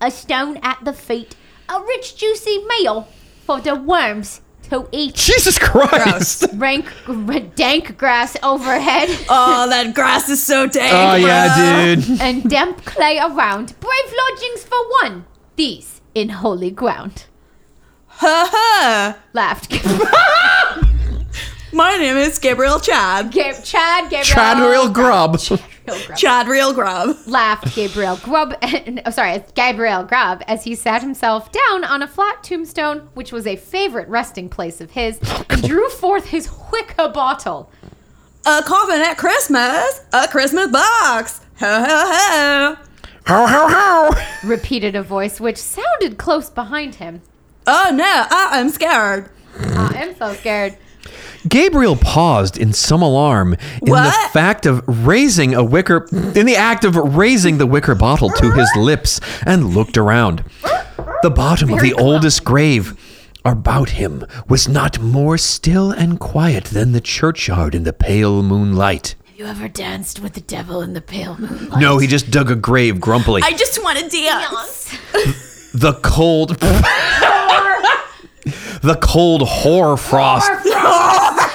Speaker 1: a stone at the feet. A rich, juicy meal for the worms to eat
Speaker 2: Jesus Christ. [LAUGHS]
Speaker 1: rank gr- dank grass overhead [LAUGHS]
Speaker 3: Oh, that grass is so dank.
Speaker 2: Oh yeah, dude.
Speaker 1: and damp clay around. Brave lodgings for one. These in holy ground.
Speaker 3: Ha ha.
Speaker 1: Laughed.
Speaker 3: My name is Gabriel Chad.
Speaker 1: Gab- Chad Gabriel.
Speaker 2: Chadriel Grub.
Speaker 1: Gabriel Grubb.
Speaker 3: Chad Real Grub.
Speaker 1: Laughed Gabriel Grubb. [LAUGHS] And, oh, sorry, Gabriel Grubb as he sat himself down on a flat tombstone, which was a favorite resting place of his, and drew forth his Wicca bottle.
Speaker 3: A coffin at Christmas. A Christmas box. Ho ho ho.
Speaker 2: How how how?
Speaker 1: Repeated a voice which sounded close behind him.
Speaker 3: Oh no, I am scared.
Speaker 1: I am so scared.
Speaker 2: Gabriel paused in some alarm in the
Speaker 3: What?
Speaker 2: fact of raising a wicker in the act of raising the wicker bottle to his lips and looked around. The bottom of
Speaker 1: Very
Speaker 2: the oldest grave about him was not more still and quiet than the churchyard in the pale moonlight.
Speaker 1: You ever danced with the devil in the pale moonlight?
Speaker 2: No, he just dug a grave grumpily.
Speaker 3: I just want to dance.
Speaker 2: the cold [LAUGHS] The cold hoar frost [LAUGHS]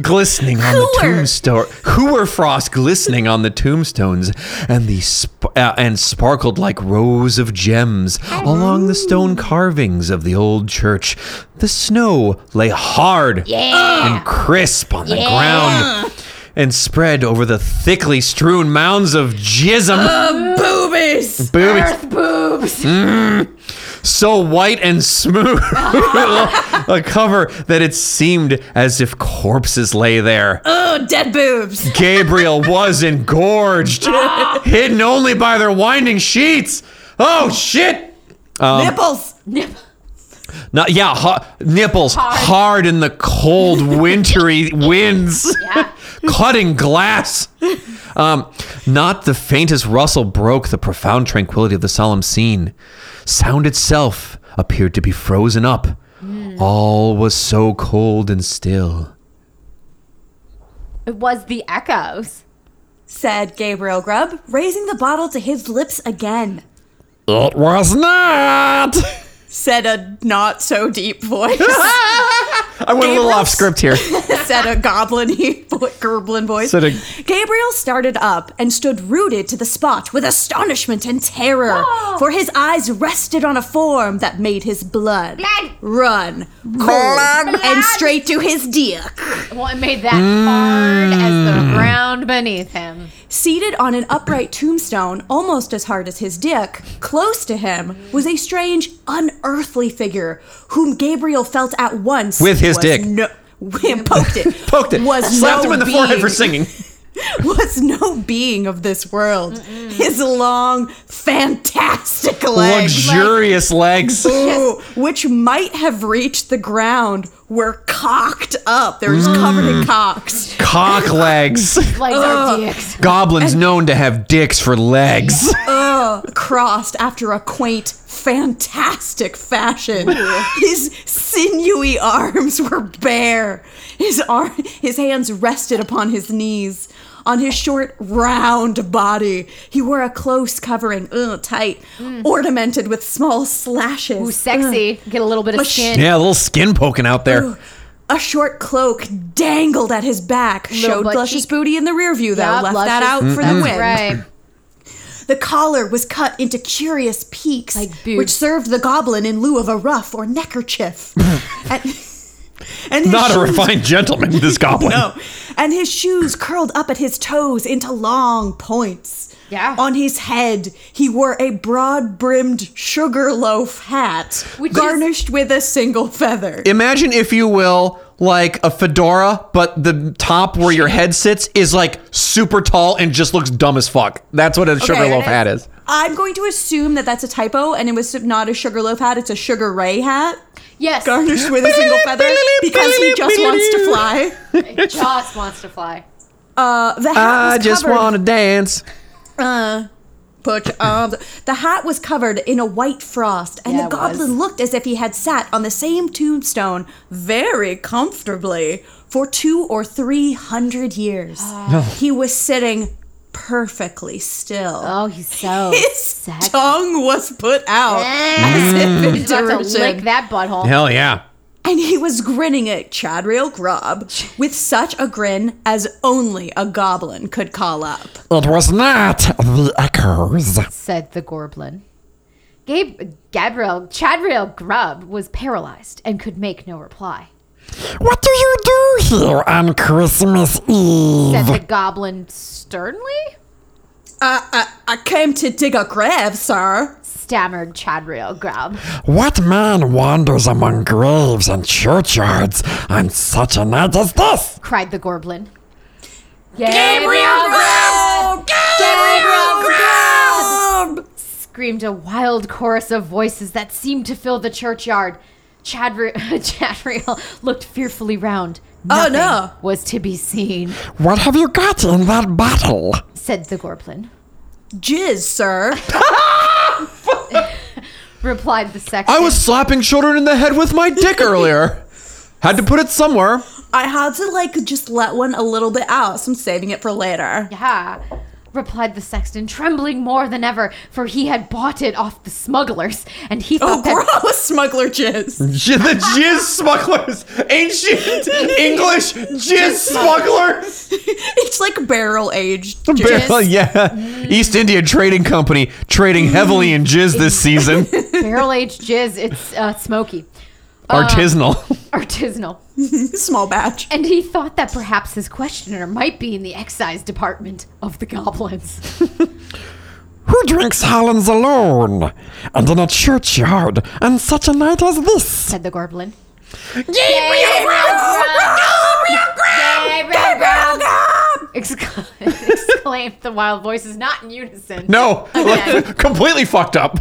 Speaker 2: glistening on the
Speaker 3: Hooer.
Speaker 2: tombstone, hooer frost glistening on the tombstones, and the sp- uh, and sparkled like rows of gems along the stone carvings of the old church. The snow lay hard and crisp on the ground. And spread over the thickly strewn mounds of jism,
Speaker 3: Boobies.
Speaker 2: boobies
Speaker 1: boobs.
Speaker 2: so white and smooth, [LAUGHS] a cover that it seemed as if corpses lay there.
Speaker 3: Oh, dead boobs.
Speaker 2: Gabriel was engorged, hidden only by their winding sheets. Oh shit!
Speaker 3: Nipples.
Speaker 2: Not yeah, ha- nipples hard. in the
Speaker 3: [LAUGHS]
Speaker 2: cold, wintry winds,
Speaker 1: Yeah.
Speaker 2: [LAUGHS] cutting glass. Um, not the faintest rustle broke the profound tranquility of the solemn scene. Sound itself appeared to be frozen up.
Speaker 3: Hmm.
Speaker 2: All was so cold and still.
Speaker 1: It was the echoes.
Speaker 3: Said Gabriel Grub, raising the bottle to his lips again.
Speaker 2: It
Speaker 3: [LAUGHS]
Speaker 2: was not.
Speaker 3: Said a not so deep voice.
Speaker 2: I went a little
Speaker 3: Gabriel's-
Speaker 2: off script here.
Speaker 3: [LAUGHS] said a goblin [LAUGHS] vo- goblin voice.
Speaker 2: Said a-
Speaker 3: Gabriel started up and stood rooted to the spot with astonishment and terror, for his eyes rested on a form that made his blood,
Speaker 1: Blood.
Speaker 3: run cold and straight to his dick.
Speaker 1: Well, it made that hard as the ground beneath him.
Speaker 3: Seated on an upright tombstone, almost as hard as his dick, close to him was a strange, unearthly figure whom Gabriel felt at once
Speaker 2: With his
Speaker 3: was
Speaker 2: dick.
Speaker 3: No, [LAUGHS] poked it.
Speaker 2: Poked it.
Speaker 3: Was
Speaker 2: slapped
Speaker 3: no
Speaker 2: him in the forehead for
Speaker 3: being.
Speaker 2: singing.
Speaker 3: [LAUGHS] was no being of this world. His long, fantastic legs, [LAUGHS]
Speaker 2: Luxurious legs.
Speaker 3: ooh, which might have reached the ground, were cocked up. They were just covered in cocks.
Speaker 2: Cock legs.
Speaker 1: Legs are dicks.
Speaker 2: Goblins known to have dicks for legs.
Speaker 3: [LAUGHS] Crossed after a quaint, fantastic fashion. His sinewy arms were bare. His arm, his hands rested upon his knees. on his short, round body. He wore a close covering, ugh, tight, ornamented with small slashes.
Speaker 1: Mm. Ooh, sexy. Get a little bit of
Speaker 3: Mush.
Speaker 1: skin.
Speaker 2: Yeah, a little skin poking out there.
Speaker 3: Uh, A short cloak dangled at his back, showed
Speaker 1: butt
Speaker 3: luscious
Speaker 1: cheek.
Speaker 3: booty in the rear view, though.
Speaker 1: Yup,
Speaker 3: Left that
Speaker 1: luscious.
Speaker 3: out for the
Speaker 1: That's
Speaker 3: win.
Speaker 1: Right.
Speaker 3: The collar was cut into curious peaks,
Speaker 1: Like boobs.
Speaker 3: which served the goblin in lieu of a ruff or
Speaker 2: [LAUGHS]
Speaker 3: neckerchief. and, and his [LAUGHS]
Speaker 2: Not a
Speaker 3: shoes-
Speaker 2: refined gentleman, this goblin.
Speaker 3: No. And his shoes curled up at his toes into long points.
Speaker 1: Yeah.
Speaker 3: On his head, he wore a broad brimmed sugar loaf hat,
Speaker 1: Which is-
Speaker 3: garnished with a single feather.
Speaker 2: Imagine, if you will, like a fedora, but the top where your head sits is like super tall and just looks dumb as fuck. That's what a sugar loaf hat is.
Speaker 3: I'm going to assume that that's a typo, and it was not a sugar loaf hat; it's a sugar ray hat,
Speaker 1: Yes.
Speaker 3: garnished with a
Speaker 2: [LAUGHS]
Speaker 3: single feather, because he just wants to fly.
Speaker 1: It just wants to fly.
Speaker 3: Uh, the hat
Speaker 2: I
Speaker 3: was
Speaker 2: just
Speaker 3: covered.
Speaker 2: want to dance.
Speaker 3: Uh, put your arms. The hat was covered in a white frost, and
Speaker 1: Yeah,
Speaker 3: the
Speaker 1: it was.
Speaker 3: goblin looked as if he had sat on the same tombstone very comfortably for two or three hundred years.
Speaker 1: Ah.
Speaker 3: He was sitting perfectly still.
Speaker 1: Oh, he's [LAUGHS] so
Speaker 3: His
Speaker 1: sexy.
Speaker 3: tongue was put out as
Speaker 2: Mm.
Speaker 3: if in
Speaker 1: He's about to
Speaker 3: derision.
Speaker 1: lick that butthole.
Speaker 2: Hell yeah.
Speaker 3: And he was grinning at Chadriel Grob with such a grin as only a goblin could call up.
Speaker 2: It was not the echoes.
Speaker 1: said the Gorblin. Gabe, Gabriel, Chadriel Grubb was paralyzed and could make no reply.
Speaker 2: What do you do here on Christmas Eve?
Speaker 1: Said the Goblin sternly,
Speaker 3: I, I, I came to dig a grave, sir.
Speaker 1: stammered Chadriel Grubb.
Speaker 2: What man wanders among graves and churchyards on such a night as this?
Speaker 1: Cried the Gorblin.
Speaker 3: Grab! Gabriel Grab!
Speaker 1: Screamed a wild chorus of voices that seemed to fill the churchyard. Chadri- [LAUGHS] Chadriel looked fearfully round.
Speaker 3: Oh, no.
Speaker 1: Nothing Was to be seen,
Speaker 2: What have you got in that bottle?
Speaker 1: said the Gorblin.
Speaker 3: Jizz, sir.
Speaker 1: Replied the sexton.
Speaker 2: I was slapping children in the head with my dick earlier. Had to put it somewhere.
Speaker 3: I had to like just let one a little bit out, so I'm saving it for later.
Speaker 1: Yeah, replied the sexton, trembling more than ever, for he had bought it off the smugglers, and he
Speaker 3: Oh,
Speaker 1: thought that
Speaker 3: gross, [LAUGHS] smuggler jizz.
Speaker 2: J- the jizz smugglers. Ancient English jizz smugglers.
Speaker 3: it's like barrel aged. jizz.
Speaker 2: Barely- yeah. East India Trading Company trading heavily in jizz [LAUGHS] this season.
Speaker 1: barrel aged jizz, it's uh, smoky,
Speaker 2: Uh. Artisanal.
Speaker 1: artisanal.
Speaker 3: Small batch.
Speaker 1: And he thought that perhaps his questioner might be in the excise department of the goblins.
Speaker 2: [LAUGHS] Who drinks Hollands alone? And in a churchyard on such a night as this?
Speaker 1: Said the goblin. Excla- [LAUGHS] exclaimed the wild voices, not in unison.
Speaker 2: No. [LAUGHS] Completely fucked up.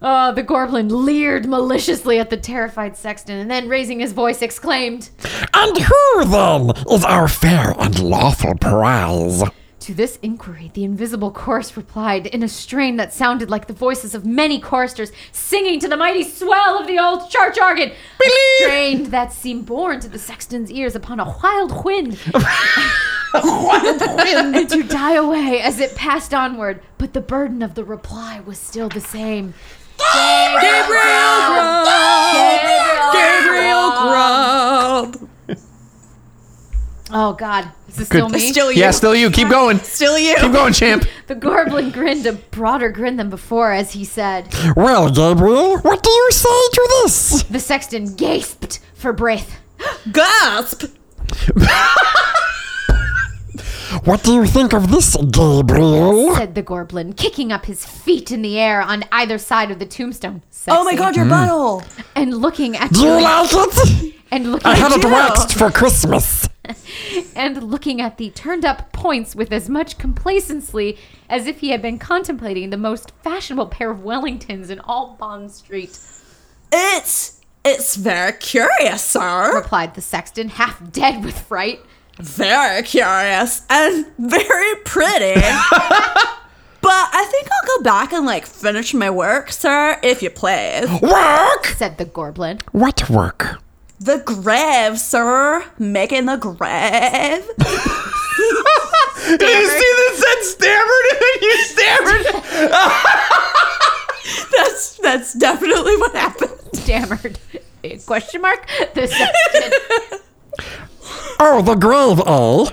Speaker 1: Uh, the goblin leered maliciously at the terrified sexton, and then raising his voice, exclaimed.
Speaker 2: And who then is our fair and lawful prize?
Speaker 1: To this inquiry, the invisible chorus replied in a strain that sounded like the voices of many choristers singing to the mighty swell of the old church organ. A strain that seemed borne to the sexton's ears upon a wild wind. and [LAUGHS] to die away as it passed onward, but the burden of the reply was still the same. Gabriel!
Speaker 3: Gabriel Grub.
Speaker 1: Oh God, is this still
Speaker 2: Good.
Speaker 1: me?
Speaker 3: Still you.
Speaker 2: Yeah, still you. Keep going.
Speaker 3: Still you.
Speaker 2: Keep going, champ.
Speaker 1: the Gorblin grinned a broader grin than before as he said.
Speaker 2: Well, Gabriel, what do you say to this?
Speaker 1: The sexton gasped for breath.
Speaker 3: Gasp.
Speaker 2: What do you think of this, Gabriel?
Speaker 1: said the Gorblin, kicking up his feet in the air on either side of the tombstone.
Speaker 3: Oh my
Speaker 1: Sexy.
Speaker 3: god, your butthole.
Speaker 1: And looking at
Speaker 2: Do you like it?
Speaker 1: and looking
Speaker 2: I had it
Speaker 3: do.
Speaker 2: waxed for Christmas.
Speaker 1: and looking at the turned up points with as much complacency as if he had been contemplating the most fashionable pair of Wellingtons in all Bond Street.
Speaker 3: It's it's very curious, sir.
Speaker 1: Replied the sexton, half dead with fright.
Speaker 3: Very curious and very pretty. but I think I'll go back and like finish my work, sir, if you please.
Speaker 2: Work?
Speaker 1: Said the Gorblin.
Speaker 2: What work?
Speaker 3: The grave, sir. Making the grave.
Speaker 2: Did you see that said stammered and then you stammered?
Speaker 3: [LAUGHS] That's that's definitely what happened.
Speaker 1: Stammered. Question mark? This
Speaker 5: Oh, the grave ale.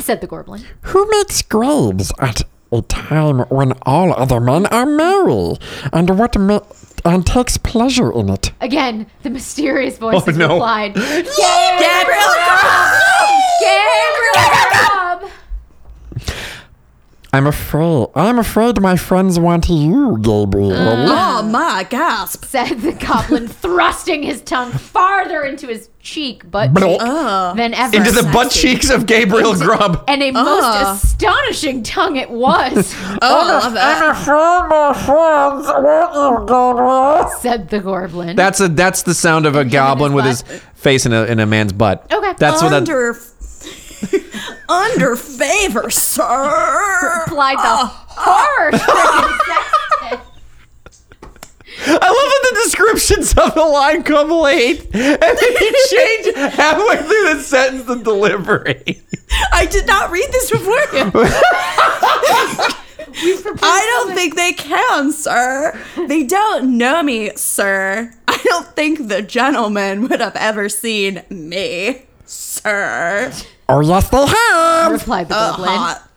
Speaker 1: said the Gorblin.
Speaker 5: Who makes graves at a time when all other men are merry, and what ma- and takes pleasure in it?
Speaker 1: Again, the mysterious voice
Speaker 2: Oh, no.
Speaker 1: replied.
Speaker 3: Gabriel,
Speaker 1: Gabriel!
Speaker 5: I'm afraid. I'm afraid my friends want you, Gabriel. Ah.
Speaker 3: oh my gasp!
Speaker 1: said the
Speaker 3: [LAUGHS]
Speaker 1: goblin, thrusting his tongue farther into his cheek, but
Speaker 5: Ah,
Speaker 1: Uh, than ever.
Speaker 2: Into the butt cheeks of Gabriel Grubb.
Speaker 1: and a most
Speaker 3: Uh.
Speaker 1: astonishing tongue it
Speaker 2: [LAUGHS]
Speaker 1: was,
Speaker 3: Oh,
Speaker 2: Uh-huh.
Speaker 5: I'm afraid my friends want you, Gabriel.
Speaker 1: said the goblin.
Speaker 2: That's a that's the sound of a goblin with his face in a in a man's butt.
Speaker 1: Okay.
Speaker 2: That's what that
Speaker 3: under [LAUGHS] under favor, sir.
Speaker 1: Applied
Speaker 3: Uh.
Speaker 1: the
Speaker 3: [LAUGHS]
Speaker 1: horror
Speaker 2: I love that the descriptions of the line come late and then you change halfway through the sentence and delivery.
Speaker 3: I did not read this before. I don't think they can, sir. They don't know me, sir. I don't think the gentleman would have ever seen me, sir.
Speaker 5: Oh yes, they have.
Speaker 1: replied the goblin.
Speaker 3: Uh, Hot.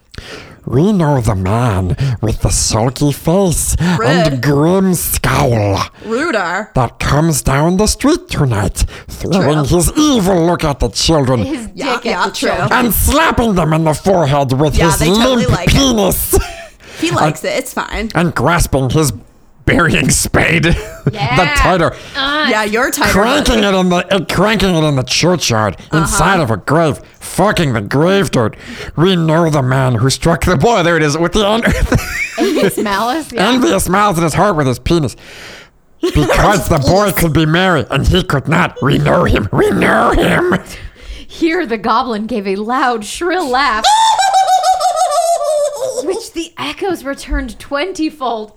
Speaker 5: We know the man with the sulky face
Speaker 3: Red.
Speaker 5: and grim scowl.
Speaker 3: Rudar.
Speaker 5: that comes down the street tonight, throwing his evil look at the children
Speaker 1: His dick
Speaker 3: Yeah,
Speaker 1: at
Speaker 3: yeah,
Speaker 1: the
Speaker 3: true.
Speaker 1: children.
Speaker 5: and slapping them in the forehead with
Speaker 3: Yeah,
Speaker 5: his
Speaker 3: they
Speaker 5: limp
Speaker 3: totally like it.
Speaker 5: penis
Speaker 3: He likes it. It's fine.
Speaker 5: and grasping his burying spade. the
Speaker 1: Yeah.
Speaker 5: tighter.
Speaker 3: Yeah, you're tired.
Speaker 5: Cranking it in the uh, cranking it in the churchyard inside of a grave, fucking the grave dirt. We know the man who struck the boy. There it is with the un-
Speaker 1: His
Speaker 2: [LAUGHS]
Speaker 1: malice. Yeah.
Speaker 5: envious mouth in his heart with his penis. Because the boy could be married and he could not. We know him. We know him.
Speaker 1: Here, the goblin gave a loud, shrill
Speaker 3: [LAUGHS]
Speaker 1: laugh, which the echoes returned twentyfold.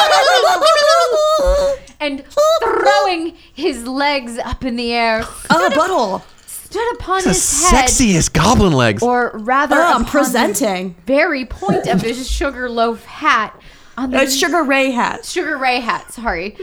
Speaker 3: [LAUGHS]
Speaker 1: and throwing his legs up in the air,
Speaker 3: [LAUGHS] Oh, butthole.
Speaker 1: stood upon
Speaker 2: The
Speaker 1: his head,
Speaker 2: sexiest goblin legs.
Speaker 1: or rather,
Speaker 3: Oh,
Speaker 1: upon
Speaker 3: I'm presenting.
Speaker 1: the very point of
Speaker 3: [LAUGHS]
Speaker 1: his sugar loaf hat on the
Speaker 3: It's Sugar Ray hat.
Speaker 1: Sugar Ray hat, sorry.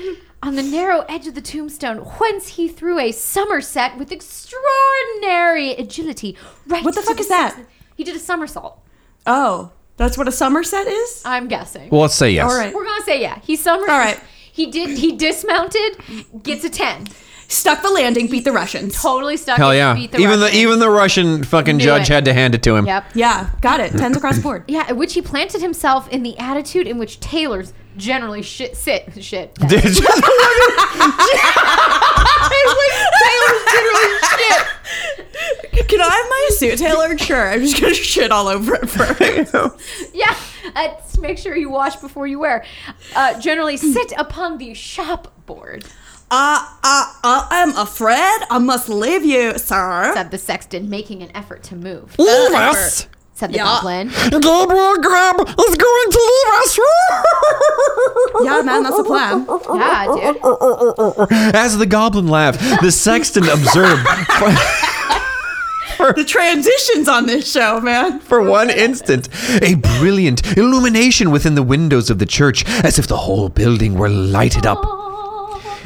Speaker 1: On the narrow edge of the tombstone, whence he threw a somerset with extraordinary agility. Right.
Speaker 3: What the
Speaker 1: to
Speaker 3: fuck is that?
Speaker 1: He did a somersault.
Speaker 3: Oh, that's what a Somerset is?
Speaker 1: I'm guessing.
Speaker 2: well, let's say yes.
Speaker 3: All right.
Speaker 1: We're gonna say yeah. He somersaulted.
Speaker 3: All right.
Speaker 1: He did. He dismounted. Gets a ten.
Speaker 3: Stuck the landing, beat the Russians.
Speaker 1: Totally stuck.
Speaker 2: Hell
Speaker 1: it,
Speaker 2: yeah.
Speaker 1: beat
Speaker 2: even
Speaker 1: Russians.
Speaker 2: the even the Russian fucking
Speaker 1: Knew
Speaker 2: judge
Speaker 1: it.
Speaker 2: had to hand it to him.
Speaker 1: Yep.
Speaker 3: Yeah, got it. Tens across the board.
Speaker 1: Yeah, at which he planted himself in the attitude in which tailors generally shit sit shit.
Speaker 2: Did you-
Speaker 1: [LAUGHS]
Speaker 3: Can I have my suit tailored? Sure. I'm just gonna shit all over it first.
Speaker 1: yeah, uh, s- make sure you wash before you wear. Uh, generally sit upon the shop board.
Speaker 3: [LAUGHS] Uh, uh, uh, I'm afraid I must leave you, sir.
Speaker 1: Said the sexton, making an effort to move.
Speaker 5: Leave us.
Speaker 1: Said the
Speaker 3: Yeah.
Speaker 1: goblin.
Speaker 5: Gabriel Grab is going to leave us.
Speaker 3: Yeah, man, that's a plan.
Speaker 1: Yeah, dude.
Speaker 2: [LAUGHS] As the goblin laughed, the sexton
Speaker 1: [LAUGHS]
Speaker 2: observed
Speaker 3: The transitions on this show, man.
Speaker 2: for one instant a brilliant illumination within the windows of the church, as if the whole building were lighted up.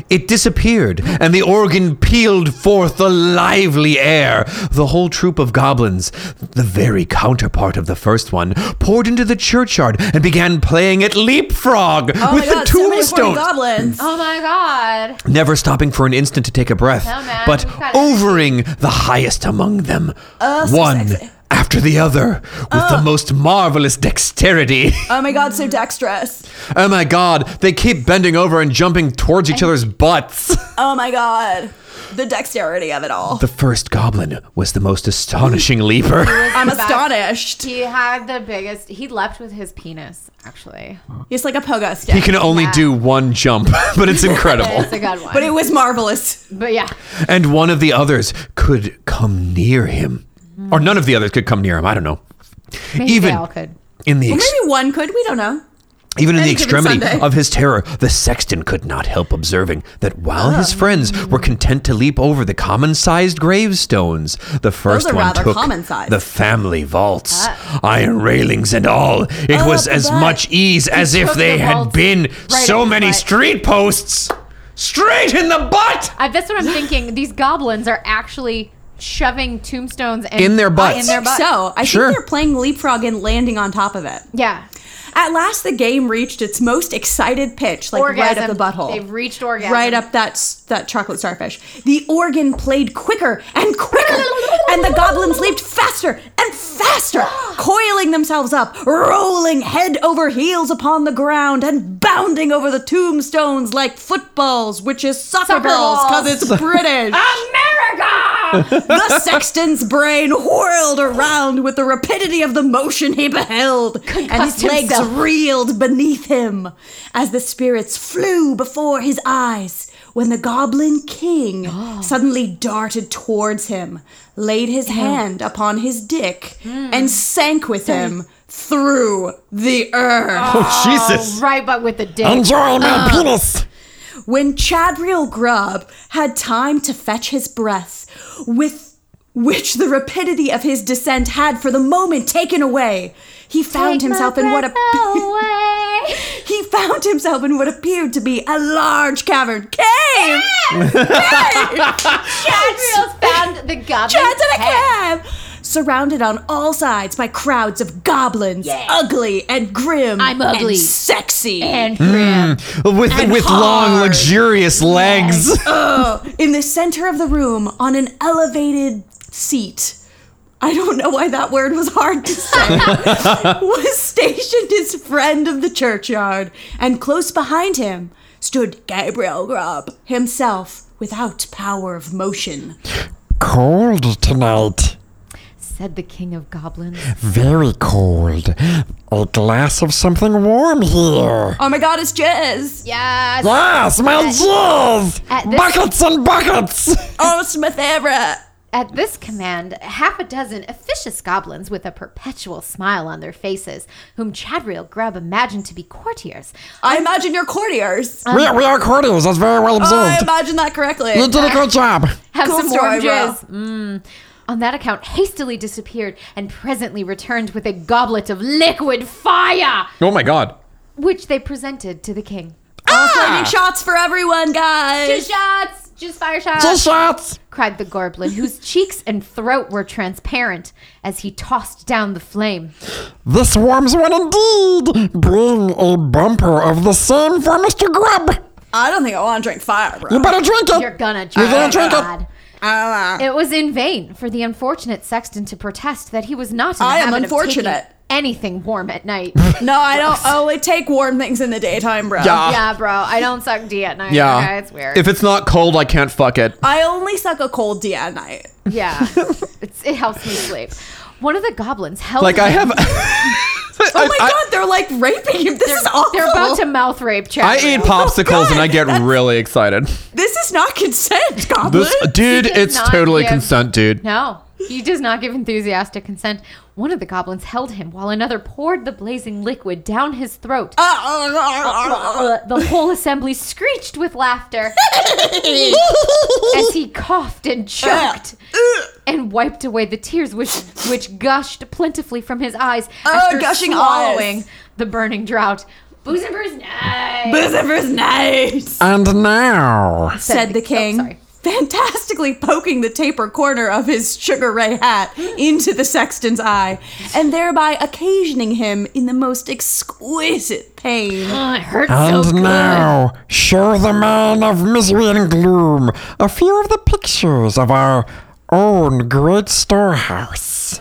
Speaker 2: It disappeared, and the organ pealed forth a lively air. The whole troop of goblins, the very counterpart of the first one, poured into the churchyard and began playing at leapfrog
Speaker 3: Oh
Speaker 2: with
Speaker 3: my God,
Speaker 2: the
Speaker 3: so many
Speaker 2: tombstones.
Speaker 3: forty goblins.
Speaker 1: Oh my god.
Speaker 2: never stopping for an instant to take a breath,
Speaker 1: No, man,
Speaker 2: but
Speaker 1: we've got
Speaker 2: overing the highest among them, one after the other, with the most marvelous dexterity.
Speaker 3: Oh my god, so dexterous.
Speaker 2: [LAUGHS] oh my god, they keep bending over and jumping towards each other's
Speaker 1: [LAUGHS]
Speaker 2: butts.
Speaker 3: Oh my god, the dexterity of it all.
Speaker 2: the first goblin was the most astonishing leaper.
Speaker 3: I'm astonished.
Speaker 1: He had the biggest. He left with his penis, actually.
Speaker 3: It's like a pogo
Speaker 2: [LAUGHS] He
Speaker 3: stick,
Speaker 2: can only do one jump, [LAUGHS]
Speaker 1: [LAUGHS]
Speaker 2: but it's incredible.
Speaker 1: It's a good one.
Speaker 3: but it was marvelous.
Speaker 1: but yeah.
Speaker 2: and one of the others could come near him. Or none of the others could come near him, I don't know.
Speaker 1: Maybe
Speaker 2: Even
Speaker 1: they all could.
Speaker 2: in the
Speaker 3: Maybe one could. We don't know.
Speaker 2: Even in the
Speaker 3: Any given
Speaker 2: extremity
Speaker 3: Sunday.
Speaker 2: of his terror, the sexton could not help observing that while
Speaker 3: Ah.
Speaker 2: his friends were content to leap over the common-sized gravestones, the first
Speaker 3: are
Speaker 2: one
Speaker 3: rather
Speaker 2: took
Speaker 3: common-sized. Ah.
Speaker 2: the family vaults,
Speaker 1: Uh,
Speaker 2: iron railings and all. It
Speaker 3: Oh,
Speaker 2: was
Speaker 3: I
Speaker 2: as
Speaker 3: forgot.
Speaker 2: much ease as if
Speaker 1: took
Speaker 2: they
Speaker 1: the
Speaker 2: had
Speaker 1: vaults
Speaker 2: been
Speaker 1: right
Speaker 2: so
Speaker 1: up his
Speaker 2: many
Speaker 1: butt.
Speaker 2: street posts. Straight in the butt.
Speaker 1: I, that's what
Speaker 3: [LAUGHS]
Speaker 1: I'm thinking. These goblins are actually shoving tombstones and,
Speaker 2: In their
Speaker 1: uh,
Speaker 2: butts.
Speaker 1: in their butts.
Speaker 3: So I
Speaker 2: Sure.
Speaker 3: think they're playing leapfrog and landing on top of it.
Speaker 1: yeah,
Speaker 3: At last, the game reached its most excited pitch, like right
Speaker 1: Orgasm.
Speaker 3: up the butthole.
Speaker 1: They've reached orgasm.
Speaker 3: Right up that s- that chocolate starfish. The organ played quicker and quicker, and the goblins leaped faster and faster, coiling themselves up, rolling head over heels upon the ground, and bounding over the tombstones like footballs, which is soccer,
Speaker 1: Soccer
Speaker 3: balls,
Speaker 1: balls.
Speaker 3: because it's British.
Speaker 1: Ah, America.
Speaker 3: the sexton's brain whirled around with the rapidity of the motion he beheld, and his
Speaker 1: Concussed
Speaker 3: legs
Speaker 1: himself.
Speaker 3: reeled beneath him as the spirits flew before his eyes. When the goblin
Speaker 1: [GASPS]
Speaker 3: king suddenly darted towards him, laid his hand upon his dick, and sank with him through the earth.
Speaker 5: Jesus.
Speaker 1: right, but with the dick.
Speaker 5: Enjoy my penis.
Speaker 3: when Chadriel Grubb had time to fetch his breath, with which the rapidity of his descent had for the moment taken away, he found
Speaker 1: Take my
Speaker 3: himself in what
Speaker 1: breath
Speaker 3: [LAUGHS] ap-
Speaker 1: away.
Speaker 3: he found himself in what appeared to be a large cavern cave.
Speaker 1: [LAUGHS] Chadriel's found the goblin.
Speaker 3: Chad's in a
Speaker 1: head.
Speaker 3: cab! Surrounded on all sides by crowds of goblins, ugly and grim.
Speaker 1: I'm ugly.
Speaker 3: And sexy.
Speaker 1: And
Speaker 2: Hmm.
Speaker 1: grim.
Speaker 2: With
Speaker 3: And
Speaker 2: with long
Speaker 3: hard. [LAUGHS]
Speaker 2: luxurious legs.
Speaker 3: in the center of the room on an elevated seat. I don't know why that word was hard to say. was stationed his friend of the churchyard, and close behind him stood Gabriel Grubb himself, without power of motion.
Speaker 5: Cold tonight.
Speaker 1: Said the king of goblins.
Speaker 5: Very cold. A glass of something warm here.
Speaker 3: Oh my God, it's Jez!
Speaker 1: Yes.
Speaker 5: Yes, my
Speaker 1: at
Speaker 5: jizz!
Speaker 1: this-
Speaker 5: Buckets and buckets!
Speaker 3: Oh, Smith Everett!
Speaker 1: At this command, half a dozen officious goblins with a perpetual smile on their faces, whom Chadriel Grubb imagined to be courtiers,
Speaker 3: I imagine you're courtiers.
Speaker 1: Um,
Speaker 3: Oh,
Speaker 5: we, we are courtiers, that's very
Speaker 1: Oh,
Speaker 5: well
Speaker 3: I
Speaker 5: observed.
Speaker 3: imagine that correctly.
Speaker 5: you did a good job.
Speaker 1: have
Speaker 3: Cool
Speaker 1: some
Speaker 3: story,
Speaker 1: oranges.
Speaker 3: bro.
Speaker 1: Mm. On that account, hastily disappeared and presently returned with a goblet of liquid fire,
Speaker 2: Oh my god.
Speaker 1: which they presented to the king.
Speaker 3: Lightning shots for everyone,
Speaker 1: Two
Speaker 3: guys!
Speaker 1: shots! Just fire shots!
Speaker 5: Two shots!
Speaker 1: cried the goblin, whose cheeks and throat were transparent as he tossed down the flame.
Speaker 5: This warms one indeed. Bring a bumper of the same for Mr. Grubb.
Speaker 3: I don't think I want to drink fire, bro.
Speaker 5: You better drink it.
Speaker 1: You're gonna try.
Speaker 5: Oh. You're gonna drink
Speaker 1: God.
Speaker 5: it.
Speaker 1: It was in vain for the unfortunate sexton to protest that he was not. In the
Speaker 3: I am
Speaker 1: habit of
Speaker 3: unfortunate.
Speaker 1: taking anything warm at night.
Speaker 3: No, I don't. I only take warm things in the daytime, bro.
Speaker 1: yeah, bro. I don't suck D at night.
Speaker 2: Yeah.
Speaker 1: okay? it's weird.
Speaker 2: If it's not cold, I can't fuck it.
Speaker 3: I only suck a cold D at night.
Speaker 2: [LAUGHS]
Speaker 1: yeah, it's, it helps me sleep. One of the goblins held.
Speaker 2: Like I
Speaker 1: him-
Speaker 2: have.
Speaker 3: [LAUGHS] Oh my god, they're like raping him. This is awful.
Speaker 1: They're about to mouth rape Chad.
Speaker 2: I eat popsicles and I get really excited.
Speaker 3: This is not consent, goblin.
Speaker 2: This uh, dude,
Speaker 1: He did
Speaker 2: it's
Speaker 1: not
Speaker 2: totally
Speaker 1: give-
Speaker 2: consent,
Speaker 3: [LAUGHS]
Speaker 2: dude.
Speaker 1: No, he does not give enthusiastic consent. One of the goblins held him while another poured the blazing liquid down his throat.
Speaker 3: Uh,
Speaker 1: the whole assembly screeched
Speaker 3: [LAUGHS]
Speaker 1: with laughter as he coughed
Speaker 3: Uh.
Speaker 1: and choked and wiped away the tears which which gushed plentifully from his eyes. after
Speaker 3: Uh, gushing
Speaker 1: swallowing
Speaker 3: eyes.
Speaker 1: the burning drought. Booze and brews, nice.
Speaker 3: Lucifer's nice,
Speaker 2: Uh,
Speaker 5: And now,
Speaker 3: said the
Speaker 1: Oh,
Speaker 3: king.
Speaker 1: sorry.
Speaker 3: Fantastically poking the taper corner of his sugar ray hat into the sexton's eye, and thereby occasioning him in the most exquisite pain.
Speaker 1: Oh, it hurts
Speaker 5: and
Speaker 1: so good.
Speaker 5: now, show the man of misery and gloom a few of the pictures of our own great storehouse.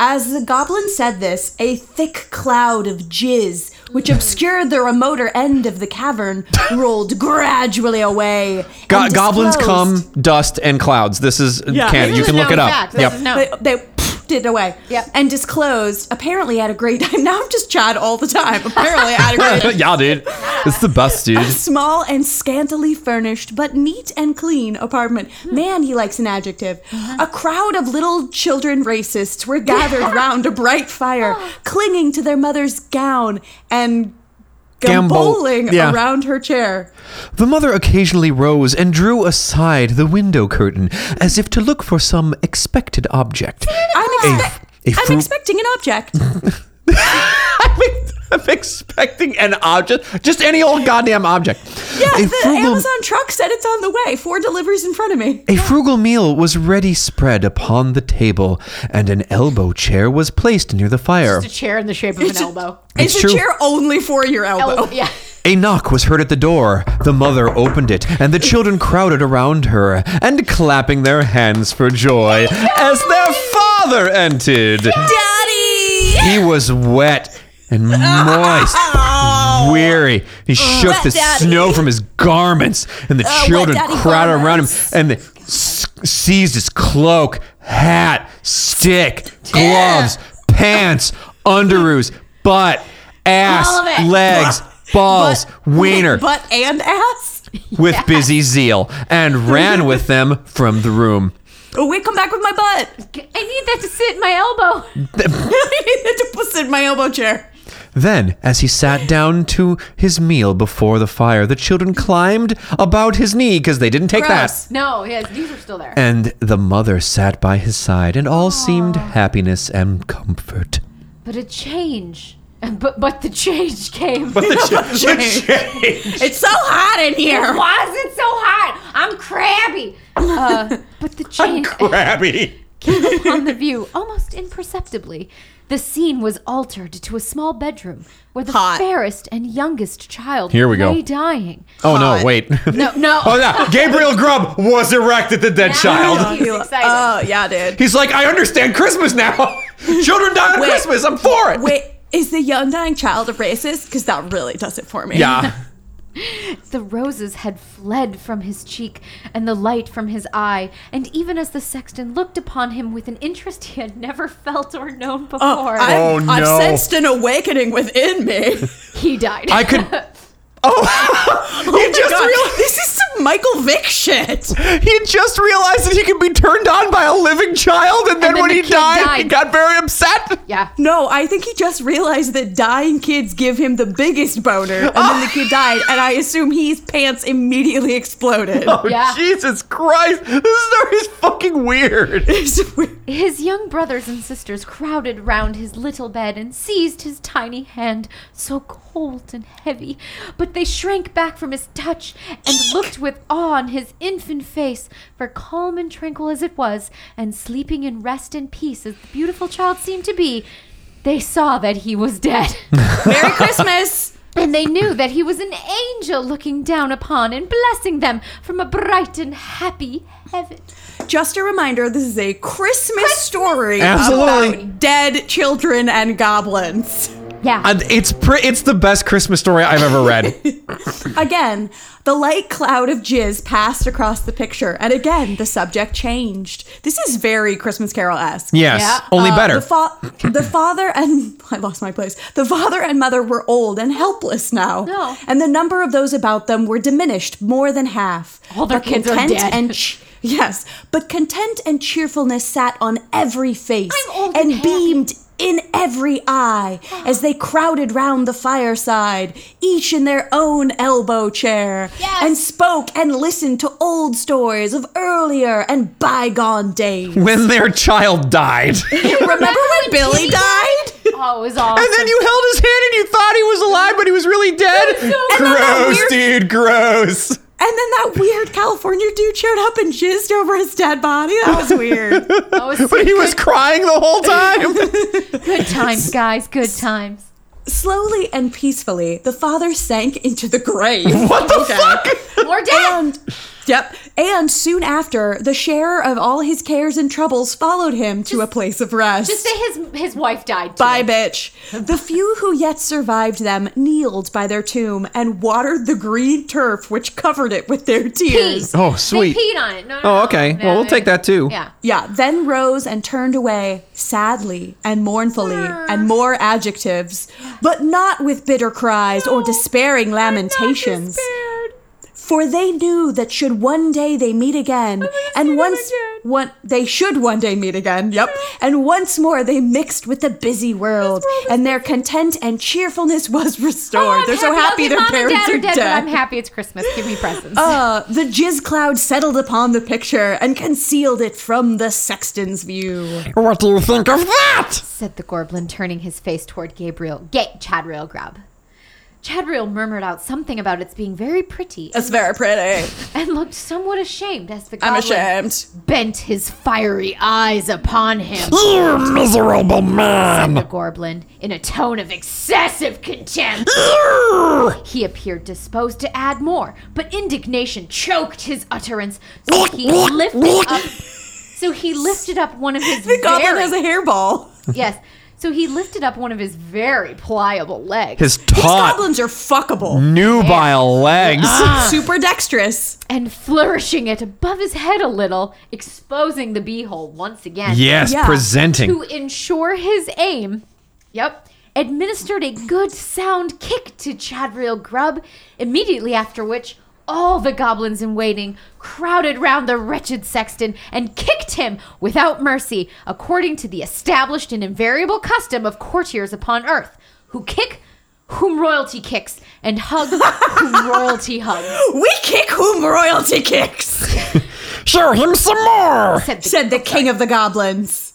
Speaker 3: As the goblin said this, a thick cloud of jizz, which obscured the remoter end of the cavern, rolled gradually away.
Speaker 2: Go-
Speaker 3: and
Speaker 2: goblins come,
Speaker 3: disclosed-
Speaker 2: dust, and clouds. This is
Speaker 3: Yeah.
Speaker 2: canon.
Speaker 3: This
Speaker 2: You
Speaker 1: is
Speaker 2: can
Speaker 1: a
Speaker 2: look
Speaker 1: known
Speaker 2: it up.
Speaker 1: fact. This
Speaker 2: Yep. [LAUGHS]
Speaker 1: is known-
Speaker 3: They, they pfft it away.
Speaker 1: Yep.
Speaker 3: And disclosed, apparently at a great [LAUGHS] time. Now I'm just Chad all the time. Apparently at a great
Speaker 2: yeah, dude. It's the best, dude.
Speaker 3: A small and scantily furnished, but neat and clean apartment. Man, he likes an adjective. A crowd of little children racists were gathered round a bright fire, clinging to their mother's gown and
Speaker 2: Gambol-
Speaker 3: gamboling
Speaker 2: yeah.
Speaker 3: around her chair.
Speaker 2: The mother occasionally rose and drew aside the window curtain as if to look for some expected object.
Speaker 3: I'm, expe-
Speaker 2: a
Speaker 3: I'm
Speaker 2: fruit-
Speaker 3: expecting an object.
Speaker 2: [LAUGHS] I'm expecting an object, just any old goddamn object.
Speaker 3: Yeah,
Speaker 2: A
Speaker 3: the
Speaker 2: frugal-
Speaker 3: Amazon truck said it's on the way. Four deliveries in front of me.
Speaker 2: A frugal meal was ready spread upon the table, and an elbow chair was placed near the fire.
Speaker 1: Just a chair in the shape of an elbow.
Speaker 3: It's,
Speaker 2: It's
Speaker 3: a
Speaker 2: true.
Speaker 3: chair only for your elbow.
Speaker 1: elbow. Yeah. [LAUGHS]
Speaker 2: A knock was heard at the door. The mother opened it, and the children crowded around her and clapping their hands for joy as their father entered.
Speaker 3: Daddy!
Speaker 2: He was wet and moist,
Speaker 3: Oh.
Speaker 2: weary. He shook the
Speaker 3: Uh, daddy. Uh,
Speaker 2: snow from his garments, and the
Speaker 3: wet
Speaker 2: children
Speaker 3: daddy
Speaker 2: crowded around him
Speaker 3: garments.
Speaker 2: and they s- seized his cloak, hat, stick, gloves, pants, underoos, butt,
Speaker 1: All of
Speaker 2: ass,
Speaker 1: it.
Speaker 2: legs, balls, wiener
Speaker 3: Butt and ass.
Speaker 2: with
Speaker 3: [LAUGHS]
Speaker 2: busy zeal and ran with them from the room.
Speaker 3: Oh, wait, come back with my butt. [LAUGHS]
Speaker 1: I need that to sit in my elbow.
Speaker 3: to puss in my elbow chair.
Speaker 2: Then, as he sat down to his meal before the fire, the children climbed about his knee because they didn't take
Speaker 3: Gross.
Speaker 2: that.
Speaker 1: No, yeah, these are still there.
Speaker 2: And the mother sat by his side, and all seemed happiness and comfort.
Speaker 1: But a change. But but the change came.
Speaker 3: It's so hot in here.
Speaker 1: Why is it so hot? I'm crabby.
Speaker 2: [LAUGHS]
Speaker 1: Uh, but the change [LAUGHS]
Speaker 6: Crabby.
Speaker 1: upon the view, almost imperceptibly, the scene was altered to a small bedroom where the
Speaker 3: Hot.
Speaker 1: fairest and youngest child
Speaker 2: Here we go.
Speaker 1: lay dying.
Speaker 2: Oh
Speaker 3: God. [LAUGHS]
Speaker 2: no! Wait.
Speaker 1: No, no.
Speaker 6: Oh yeah, Gabriel Grubb was erect at the dead
Speaker 1: Now
Speaker 6: child.
Speaker 1: He's excited.
Speaker 3: Oh, yeah, dude.
Speaker 2: He's like, I understand Christmas now. [LAUGHS] Children die on
Speaker 3: Wait.
Speaker 2: Christmas. I'm for it.
Speaker 3: Wait, is the young dying child a racist? Because that really does it for me.
Speaker 2: Yeah.
Speaker 1: The roses had fled from his cheek and the light from his eye, and even as the sexton looked upon him with an interest he had never felt or known before,
Speaker 3: I,
Speaker 6: Oh, no.
Speaker 3: I've sensed an awakening within
Speaker 2: [LAUGHS]
Speaker 3: me.
Speaker 1: he died.
Speaker 2: I could.
Speaker 3: [LAUGHS] you
Speaker 2: just realized-
Speaker 3: Oh this is some Michael Vick shit.
Speaker 2: He had just realized that he could be turned on by a living child, and then,
Speaker 1: then
Speaker 2: when
Speaker 1: the
Speaker 2: he
Speaker 1: kid
Speaker 2: died, he
Speaker 1: died.
Speaker 2: got very upset.
Speaker 1: yeah.
Speaker 3: No, I think he just realized that dying kids give him the biggest boner, and then the kid died, and I assume his pants immediately exploded.
Speaker 2: Oh,
Speaker 1: Yeah.
Speaker 2: Jesus Christ. This story is fucking [LAUGHS] weird.
Speaker 3: It's weird.
Speaker 1: His young brothers and sisters crowded round his little bed and seized his tiny hand, so cold and heavy, but they shrank back from his touch and looked with awe on his infant face, for calm and tranquil as it was, and sleeping in rest and peace as the beautiful child seemed to be, they saw that he was dead.
Speaker 3: Merry Christmas.
Speaker 1: And they knew that he was an angel looking down upon and blessing them from a bright and happy heaven.
Speaker 3: Just a reminder, this is a Christmas, story
Speaker 2: Absolutely.
Speaker 3: about dead children and goblins.
Speaker 1: Yeah.
Speaker 2: It's pre- it's the best Christmas story I've ever [LAUGHS] read.
Speaker 3: Again, the light cloud of jizz passed across the picture, and again, the subject changed. This is very Christmas Carol-esque.
Speaker 2: Yes,
Speaker 1: Yeah.
Speaker 2: only
Speaker 3: Uh,
Speaker 2: better.
Speaker 3: The, fa- the father and [LAUGHS] I lost my place. The father and mother were old and helpless now.
Speaker 1: No.
Speaker 3: And the number of those about them were diminished more than half.
Speaker 1: All their
Speaker 3: But
Speaker 1: kids are
Speaker 3: content
Speaker 1: dead.
Speaker 3: And ch- yes, but content and cheerfulness sat on every face
Speaker 1: I'm old and
Speaker 3: and
Speaker 1: happy.
Speaker 3: beamed in every eye as they crowded round the fireside, each in their own elbow chair,
Speaker 1: Yes.
Speaker 3: and spoke and listened to old stories of earlier and bygone days.
Speaker 2: when their child died. and
Speaker 3: Remember when Billy died?
Speaker 1: oh, it was awesome.
Speaker 2: then you held his hand and you thought he was alive, but he was really dead.
Speaker 3: And then that
Speaker 2: gross,
Speaker 3: weird-
Speaker 2: dude, gross.
Speaker 3: And then that weird California dude showed up and jizzed over his dead body. That was weird.
Speaker 1: That was
Speaker 2: But he was [LAUGHS] crying the whole time.
Speaker 1: Good times, guys. Good times.
Speaker 3: Slowly and peacefully, the father sank into the grave.
Speaker 2: what the fuck?
Speaker 1: More death.
Speaker 3: And yep. And soon after, the sharer of all his cares and troubles followed him to a place of rest.
Speaker 1: Just say his his wife died. Too.
Speaker 3: Bye, bitch. The few who yet survived them kneeled by their tomb and watered the green turf which covered it with their tears.
Speaker 1: Peed.
Speaker 2: Oh, sweet.
Speaker 1: They peed on it. No, no,
Speaker 2: Oh,
Speaker 1: no.
Speaker 2: okay.
Speaker 1: No,
Speaker 2: Well, we'll
Speaker 1: they-
Speaker 2: take that too.
Speaker 1: Yeah.
Speaker 3: Yeah, then rose and turned away sadly and mournfully and more adjectives, but not with bitter cries or despairing lamentations. Oh,
Speaker 1: Not despaired.
Speaker 3: For they knew that should one day they meet again,
Speaker 1: gonna see
Speaker 3: and
Speaker 1: them
Speaker 3: once
Speaker 1: again.
Speaker 3: one they should one day meet again. Yep. And once more they mixed with the busy world, and their content and cheerfulness was restored.
Speaker 1: Oh, I'm
Speaker 3: They're so happy
Speaker 1: Okay,
Speaker 3: their
Speaker 1: Mom and
Speaker 3: parents
Speaker 1: Dad
Speaker 3: are
Speaker 1: are dead,
Speaker 3: dead.
Speaker 1: but I'm happy it's Christmas. Give me presents.
Speaker 3: Uh, the jizz cloud settled upon the picture and concealed it from the sexton's view.
Speaker 5: What do you think of that?
Speaker 1: said the Gorblin, turning his face toward Gabriel. Get Chadriel Grub. Chadriel murmured out something about its being very pretty
Speaker 3: That's very pretty.
Speaker 1: and looked somewhat ashamed as the
Speaker 3: I'm
Speaker 1: goblin
Speaker 3: ashamed.
Speaker 1: bent his fiery eyes upon him.
Speaker 5: You miserable
Speaker 1: [LAUGHS] the
Speaker 5: man!
Speaker 1: Gorblin, in a tone of excessive contempt. He appeared disposed to add more, but indignation choked his utterance, so he lifted up.
Speaker 3: [LAUGHS]
Speaker 1: So he lifted up one of his.
Speaker 3: The goblin
Speaker 1: very-
Speaker 3: has a hairball.
Speaker 1: yes. So he lifted up one of his very pliable legs.
Speaker 2: His
Speaker 3: These
Speaker 2: taut,
Speaker 3: goblins are fuckable.
Speaker 2: nubile legs.
Speaker 3: Super dexterous.
Speaker 1: and flourishing it above his head a little, exposing the beehole once again.
Speaker 2: Yes,
Speaker 3: Yeah.
Speaker 2: presenting.
Speaker 1: To ensure his aim, yep, administered a good sound kick to Chadriel Grub, immediately after which all the goblins in waiting crowded round the wretched sexton and kicked him without mercy, according to the established and invariable custom of courtiers upon earth, who kick whom royalty kicks and hug
Speaker 3: [LAUGHS]
Speaker 1: whom royalty hugs.
Speaker 3: We kick whom royalty kicks,
Speaker 5: Show him some more!
Speaker 1: Said the
Speaker 3: said the king of the goblins.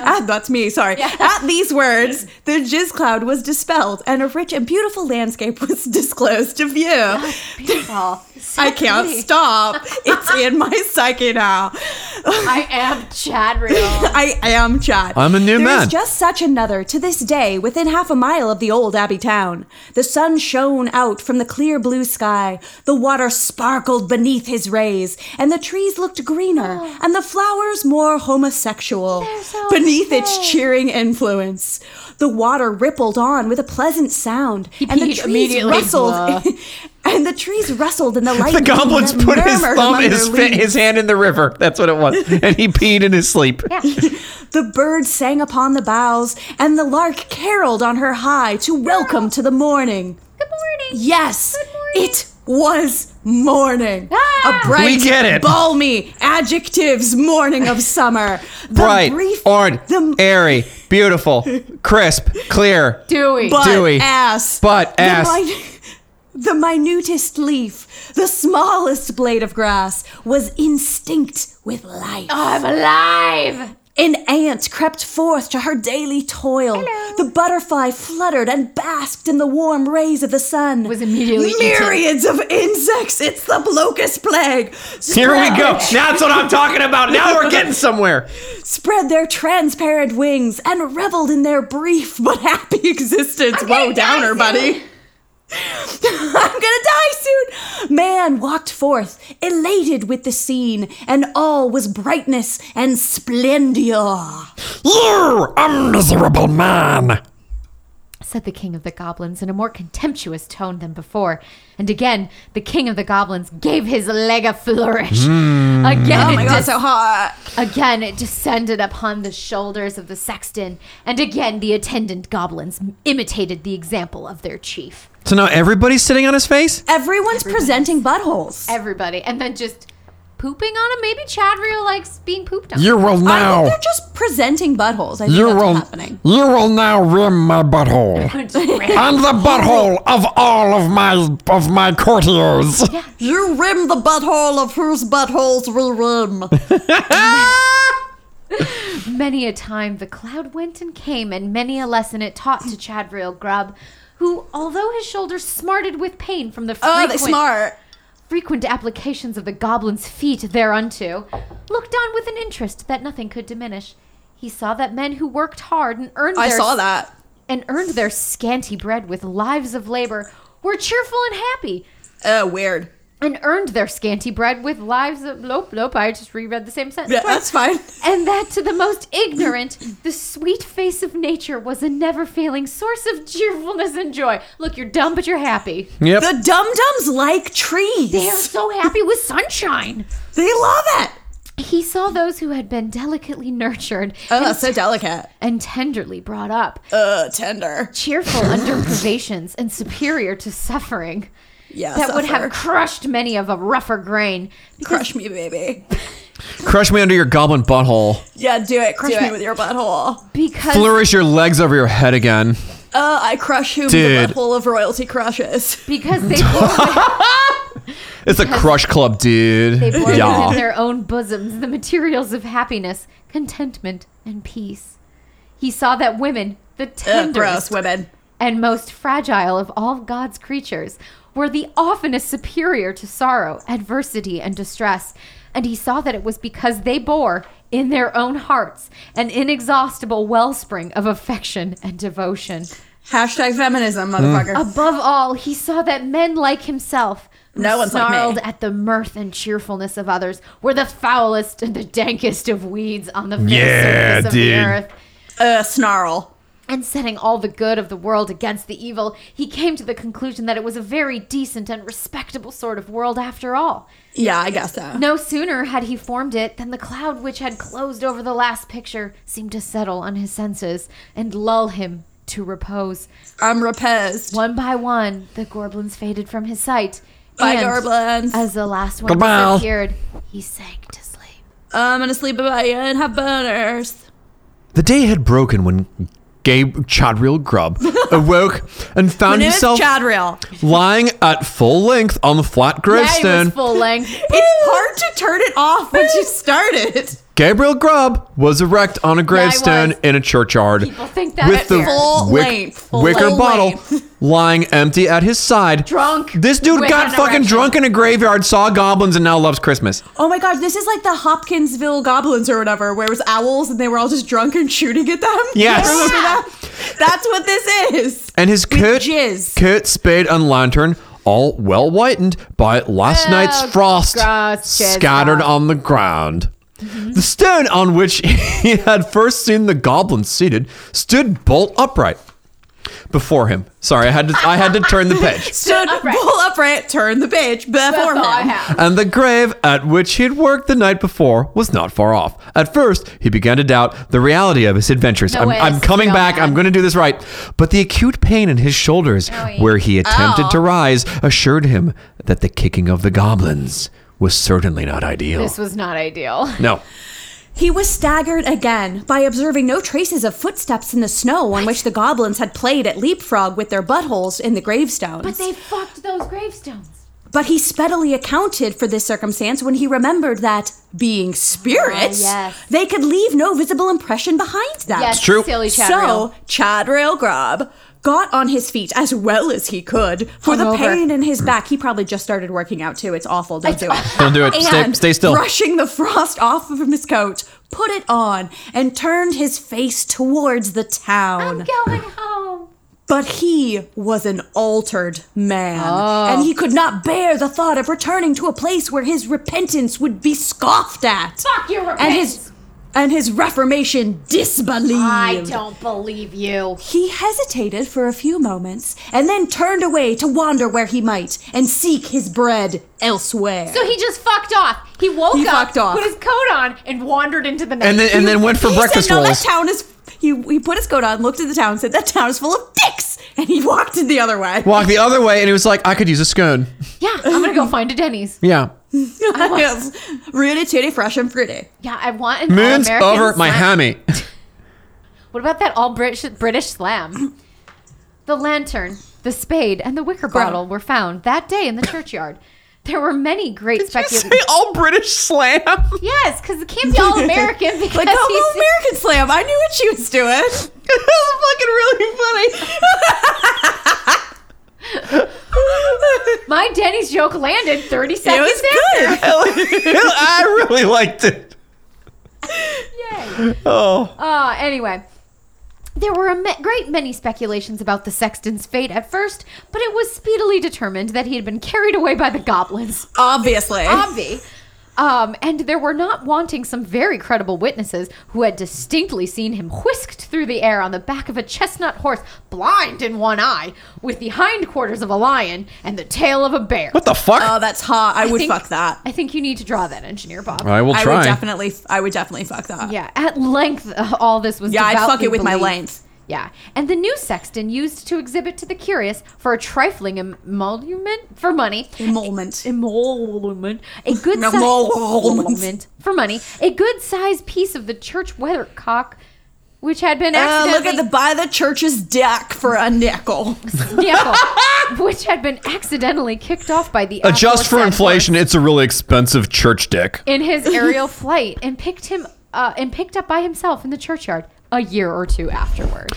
Speaker 3: ah, that's me, sorry. At these words, the jizz cloud was dispelled and a rich and beautiful landscape was [LAUGHS] disclosed to view.
Speaker 1: Beautiful.
Speaker 3: I can't
Speaker 1: Sexy.
Speaker 3: stop. It's in my psyche now.
Speaker 1: I am Chadriel.
Speaker 3: [LAUGHS] I am Chad.
Speaker 2: I'm a
Speaker 3: There
Speaker 2: new man.
Speaker 3: is just such another to this day within half a mile of the old abbey town. The sun shone out from the clear blue sky. The water sparkled beneath his rays, and the trees looked greener, and the flowers more homosexual
Speaker 1: Oh. so
Speaker 3: beneath its cheering influence. The water rippled on with a pleasant sound, and the
Speaker 1: peed
Speaker 3: trees
Speaker 1: immediately. Blah.
Speaker 3: rustled. [LAUGHS] and the trees rustled in the light.
Speaker 2: The goblins
Speaker 3: that
Speaker 2: put his
Speaker 3: murmured
Speaker 2: thumb,
Speaker 3: among
Speaker 2: his,
Speaker 3: their
Speaker 2: fi-
Speaker 3: leaves.
Speaker 2: his hand in the river. That's what it was. And he peed in his sleep.
Speaker 3: [LAUGHS] The bird sang upon the boughs, and the lark caroled on her high to welcome to the morning.
Speaker 1: Good morning.
Speaker 3: Yes,
Speaker 1: morning.
Speaker 3: it was morning.
Speaker 1: Ah!
Speaker 3: A bright,
Speaker 2: We get it.
Speaker 3: balmy adjectives morning of summer. The
Speaker 2: Bright,
Speaker 3: brief-
Speaker 2: orange,
Speaker 3: the
Speaker 2: airy,
Speaker 1: [LAUGHS]
Speaker 2: beautiful, crisp, clear,
Speaker 1: Dewey.
Speaker 3: butt
Speaker 2: dewy,
Speaker 3: ass,
Speaker 2: butt
Speaker 3: The
Speaker 2: ass.
Speaker 3: min- [LAUGHS] the minutest leaf, the smallest blade of grass was instinct with life.
Speaker 1: I'm alive.
Speaker 3: An ant crept forth to her daily toil. The butterfly fluttered and basked in the warm rays of the sun.
Speaker 1: Was immediately eaten.
Speaker 3: myriads of insects. It's the locust plague.
Speaker 2: Here we
Speaker 3: Spread-
Speaker 2: go. That's what I'm talking about. Now we're getting somewhere.
Speaker 3: Spread their transparent wings and reveled in their brief but happy [LAUGHS] existence. Whoa,
Speaker 1: gonna die
Speaker 3: downer,
Speaker 1: soon.
Speaker 3: buddy. [LAUGHS] I'm gonna die soon. Man walked forth, elated with the scene, and all was brightness and splendor.
Speaker 5: You, a miserable man!
Speaker 1: Said the king of the goblins in a more contemptuous tone than before. And again, the king of the goblins gave his leg a flourish. Again,
Speaker 3: Oh
Speaker 1: it dis-
Speaker 3: hot.
Speaker 1: Again, it descended upon the shoulders of the sexton, and again the attendant goblins imitated the example of their chief.
Speaker 2: So now everybody's sitting on his face?
Speaker 3: Everyone's presenting buttholes.
Speaker 1: Everybody, and then just pooping on him. Maybe Chadriel likes being pooped on.
Speaker 5: You will
Speaker 3: I think
Speaker 5: now.
Speaker 3: they're just presenting buttholes. I think
Speaker 5: You
Speaker 3: that's
Speaker 5: will.
Speaker 3: what's happening.
Speaker 5: You will now rim my
Speaker 3: [LAUGHS]
Speaker 5: butthole. and the butthole of all of my of my courtiers.
Speaker 3: You rim the butthole of whose buttholes will
Speaker 2: [LAUGHS]
Speaker 3: rim.
Speaker 1: Many a time the cloud went and came, and many a lesson it taught to Chadriel Grubb, who, although his shoulders smarted with pain from the
Speaker 3: Oh,
Speaker 1: frequent,
Speaker 3: they smart.
Speaker 1: frequent applications of the goblin's feet thereunto, looked on with an interest that nothing could diminish. He saw that men who worked hard and earned
Speaker 3: I
Speaker 1: their
Speaker 3: saw that.
Speaker 1: and earned their scanty bread with lives of labor were cheerful and happy,
Speaker 3: Oh, weird.
Speaker 1: and earned their scanty bread with lives of nope, nope. I just reread the same sentence.
Speaker 3: Yeah, that's
Speaker 1: twice.
Speaker 3: fine.
Speaker 1: And that to the most ignorant, the sweet face of nature was a never failing source of cheerfulness and joy. Look, you're dumb, but you're happy.
Speaker 2: Yep.
Speaker 3: The dum dums like trees.
Speaker 1: They are so happy with sunshine.
Speaker 3: They love it.
Speaker 1: He saw those who had been delicately nurtured
Speaker 3: Oh, so delicate.
Speaker 1: and tenderly brought up,
Speaker 3: Uh, tender. [COUGHS]
Speaker 1: cheerful under privations and superior to suffering.
Speaker 3: Yeah,
Speaker 1: that would have
Speaker 3: suffer.
Speaker 1: crushed many of a rougher grain.
Speaker 3: Crush me, baby.
Speaker 2: Crush me under your goblin butthole.
Speaker 3: Yeah, do it. Crush
Speaker 1: Do
Speaker 3: me
Speaker 1: it.
Speaker 3: with your butthole.
Speaker 1: Because
Speaker 2: Flourish your legs over your head again.
Speaker 3: Uh, I crush whom
Speaker 2: Dude.
Speaker 3: the butthole of royalty crushes.
Speaker 1: because they bore,
Speaker 2: It's a crush club, dude.
Speaker 1: they bore
Speaker 2: Yeah.
Speaker 1: within their own bosoms the materials of happiness, contentment, and peace. He saw that women, the
Speaker 3: Ugh, [LAUGHS] gross
Speaker 1: tenderest
Speaker 3: women.
Speaker 1: and most fragile of all God's creatures, were the oftenest superior to sorrow, adversity, and distress. And he saw that it was because they bore in their own hearts an inexhaustible wellspring of affection and devotion.
Speaker 3: Hashtag feminism, motherfucker.
Speaker 1: Above all, he saw that men like himself, who
Speaker 3: No one's like me.
Speaker 1: snarled at the mirth and cheerfulness of others, were the foulest and the dankest of weeds on the face
Speaker 2: Yeah,
Speaker 1: surface of
Speaker 2: dude.
Speaker 1: the earth.
Speaker 3: uh, snarl.
Speaker 1: And setting all the good of the world against the evil, he came to the conclusion that it was a very decent and respectable sort of world after all.
Speaker 3: Yeah, I guess so.
Speaker 1: No sooner had he formed it than the cloud which had closed over the last picture seemed to settle on his senses and lull him to repose.
Speaker 3: I'm reposed.
Speaker 1: One by one, the goblins faded from his sight.
Speaker 3: Bye,
Speaker 1: and
Speaker 3: goblins.
Speaker 1: As the last one
Speaker 5: Goodbye.
Speaker 1: disappeared, he sank to sleep.
Speaker 3: I'm gonna sleep about you and have boners.
Speaker 2: The day had broken when Gabe
Speaker 1: [LAUGHS]
Speaker 2: Chadriel Grubb awoke and found
Speaker 3: Name is
Speaker 2: himself
Speaker 3: Chadriel.
Speaker 2: lying at full length on the flat
Speaker 1: Yeah, he
Speaker 2: gravestone.
Speaker 1: was full length. [LAUGHS]
Speaker 3: It's hard to turn it off once you start it.
Speaker 2: Gabriel Grubb was erect on a gravestone
Speaker 1: was.
Speaker 2: in a churchyard
Speaker 1: People think that
Speaker 2: with
Speaker 1: at
Speaker 2: the
Speaker 3: full
Speaker 2: wick-
Speaker 3: length, full
Speaker 2: wicker
Speaker 3: length.
Speaker 2: bottle lying empty at his side.
Speaker 1: Drunk
Speaker 2: This dude
Speaker 1: with
Speaker 2: got
Speaker 1: an
Speaker 2: fucking
Speaker 1: erection.
Speaker 2: drunk in a graveyard, saw goblins, and now loves Christmas.
Speaker 3: Oh my gosh, this is like the Hopkinsville goblins or whatever, where it was owls and they were all just drunk and shooting at them.
Speaker 2: Yes.
Speaker 3: [LAUGHS] You remember that? That's what this is.
Speaker 2: And his coat,
Speaker 3: jizz.
Speaker 2: coat, spade, and lantern, all well whitened by last
Speaker 1: Oh,
Speaker 2: night's frost,
Speaker 1: gross, jizz
Speaker 2: scattered
Speaker 1: off.
Speaker 2: on the ground. The stone on which [LAUGHS] he had first seen the goblin seated stood bolt upright before him. Sorry, I had to, I had to turn the page.
Speaker 3: Stood
Speaker 1: upright.
Speaker 3: bull upright, turn the page before
Speaker 1: That's all I
Speaker 3: him.
Speaker 1: have.
Speaker 2: and the grave at which he'd worked the night before was not far off. At first, he began to doubt the reality of his adventures.
Speaker 1: No
Speaker 2: I'm,
Speaker 1: way,
Speaker 2: I'm
Speaker 1: it's
Speaker 2: coming
Speaker 1: real,
Speaker 2: back.
Speaker 1: man.
Speaker 2: I'm going to do this right. But the acute pain in his shoulders,
Speaker 1: Owie.
Speaker 2: where he attempted to rise, assured him that the kicking of the goblins was certainly not ideal.
Speaker 1: This was not ideal.
Speaker 2: no.
Speaker 3: He was staggered again by observing no traces of footsteps in the snow on which the goblins had played at leapfrog with their buttholes in the gravestones.
Speaker 1: But they fucked those gravestones.
Speaker 3: But he speedily accounted for this circumstance when he remembered that, being spirits,
Speaker 1: Ah, yes.
Speaker 3: they could leave no visible impression behind them.
Speaker 1: Yes,
Speaker 2: true.
Speaker 1: silly
Speaker 3: So,
Speaker 1: Chadriel.
Speaker 3: Chad Railgrob got on his feet as well as he could for the
Speaker 1: Hungover.
Speaker 3: pain in his back. He probably just started working out too. It's awful. Don't do it.
Speaker 2: Don't do it. [LAUGHS] Stay,
Speaker 3: And
Speaker 2: stay still.
Speaker 3: Brushing the frost off of his coat, put it on, and turned his face towards the town.
Speaker 1: I'm going home.
Speaker 3: But he was an altered man,
Speaker 1: Oh.
Speaker 3: and he could not bear the thought of returning to a place where his repentance would be scoffed at.
Speaker 1: Fuck your
Speaker 3: And his and his reformation disbelieved.
Speaker 1: I don't believe you.
Speaker 3: He hesitated for a few moments and then turned away to wander where he might and seek his bread elsewhere.
Speaker 1: So he just fucked off. He woke
Speaker 3: He
Speaker 1: up,
Speaker 3: fucked off.
Speaker 1: put his coat on, and wandered into the night.
Speaker 2: And then, and then went for
Speaker 3: he
Speaker 2: breakfast
Speaker 3: said, no,
Speaker 2: rolls.
Speaker 3: that town is. He, he put his coat on, looked at the town, said, That town is full of dicks! And he walked in the other [LAUGHS] way.
Speaker 2: Walked the other way, and he was like, I could use a scone.
Speaker 1: yeah, I'm gonna go find a Denny's.
Speaker 2: Yeah.
Speaker 3: Yes. Rooty, tooty, fresh and fruity.
Speaker 1: Yeah, I want an
Speaker 2: Moon's
Speaker 1: all-American
Speaker 2: over my
Speaker 1: slam.
Speaker 2: hammy. [LAUGHS]
Speaker 1: What about that all British British slam? The lantern, the spade, and the wicker bottle were found that day in the churchyard. There were many great speculations.
Speaker 2: all British slam. [LAUGHS]
Speaker 1: Yes, because it can't
Speaker 3: [LAUGHS]
Speaker 1: be all American because
Speaker 3: Like, oh, hello, American
Speaker 1: he's
Speaker 3: Slam. I knew what she was doing. [LAUGHS]
Speaker 2: That's fucking really funny.
Speaker 1: my Denny's joke landed 30
Speaker 3: It
Speaker 1: seconds
Speaker 3: was
Speaker 1: in.
Speaker 3: good.
Speaker 2: I really liked it.
Speaker 1: Yay. Oh. Uh, anyway. There were a ma- great many speculations about the sexton's fate at first, but it was speedily determined that he had been carried away by the goblins.
Speaker 3: Obviously.
Speaker 1: Obvi. Um, and there were not wanting some very credible witnesses who had distinctly seen him whisked through the air on the back of a chestnut horse, blind in one eye, with the hindquarters of a lion and the tail of a bear.
Speaker 2: What the fuck?
Speaker 3: oh, that's hot. I, would
Speaker 1: think-
Speaker 3: fuck that.
Speaker 1: I think you need to draw that, Engineer Bob.
Speaker 2: I will
Speaker 3: I
Speaker 2: try.
Speaker 3: would definitely I would definitely fuck that.
Speaker 1: Yeah, at length, uh, all this was.
Speaker 3: Yeah, I'd fuck
Speaker 1: devoutly
Speaker 3: it with my
Speaker 1: believed.
Speaker 3: length.
Speaker 1: Yeah. And the new sexton used to exhibit to the curious for a trifling emolument for money.
Speaker 3: Emolument.
Speaker 1: Emolument. A good
Speaker 3: No,
Speaker 1: si- [LAUGHS]
Speaker 3: emolument.
Speaker 1: emolument for money. A good sized piece of the church weathercock, which had been
Speaker 3: Uh,
Speaker 1: accidentally
Speaker 3: look at the buy the church's deck for a nickel.
Speaker 1: [LAUGHS] Yeah, which had been accidentally kicked off by the
Speaker 2: Adjust for
Speaker 1: aforesaid
Speaker 2: inflation,
Speaker 1: horse
Speaker 2: it's a really expensive church dick.
Speaker 1: in his aerial flight and picked him uh, and picked up by himself in the churchyard a year or two afterwards.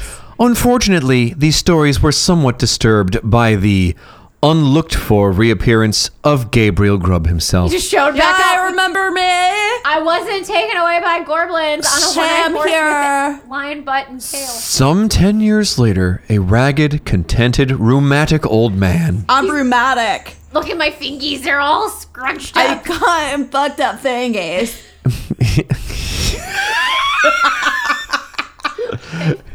Speaker 2: Unfortunately, these stories were somewhat disturbed by the unlooked for reappearance of Gabriel Grubb himself.
Speaker 1: He just showed back up.
Speaker 3: I remember me.
Speaker 1: I wasn't taken away by goblins on a
Speaker 3: Sam
Speaker 1: one-eyed horse
Speaker 3: here.
Speaker 1: with a lion butt and tail.
Speaker 2: Some 10 years later, a ragged, contented, rheumatic old man.
Speaker 3: I'm rheumatic.
Speaker 1: Look at my fingies; they're all scrunched
Speaker 3: I [LAUGHS]
Speaker 1: up.
Speaker 3: got and fucked up fingers.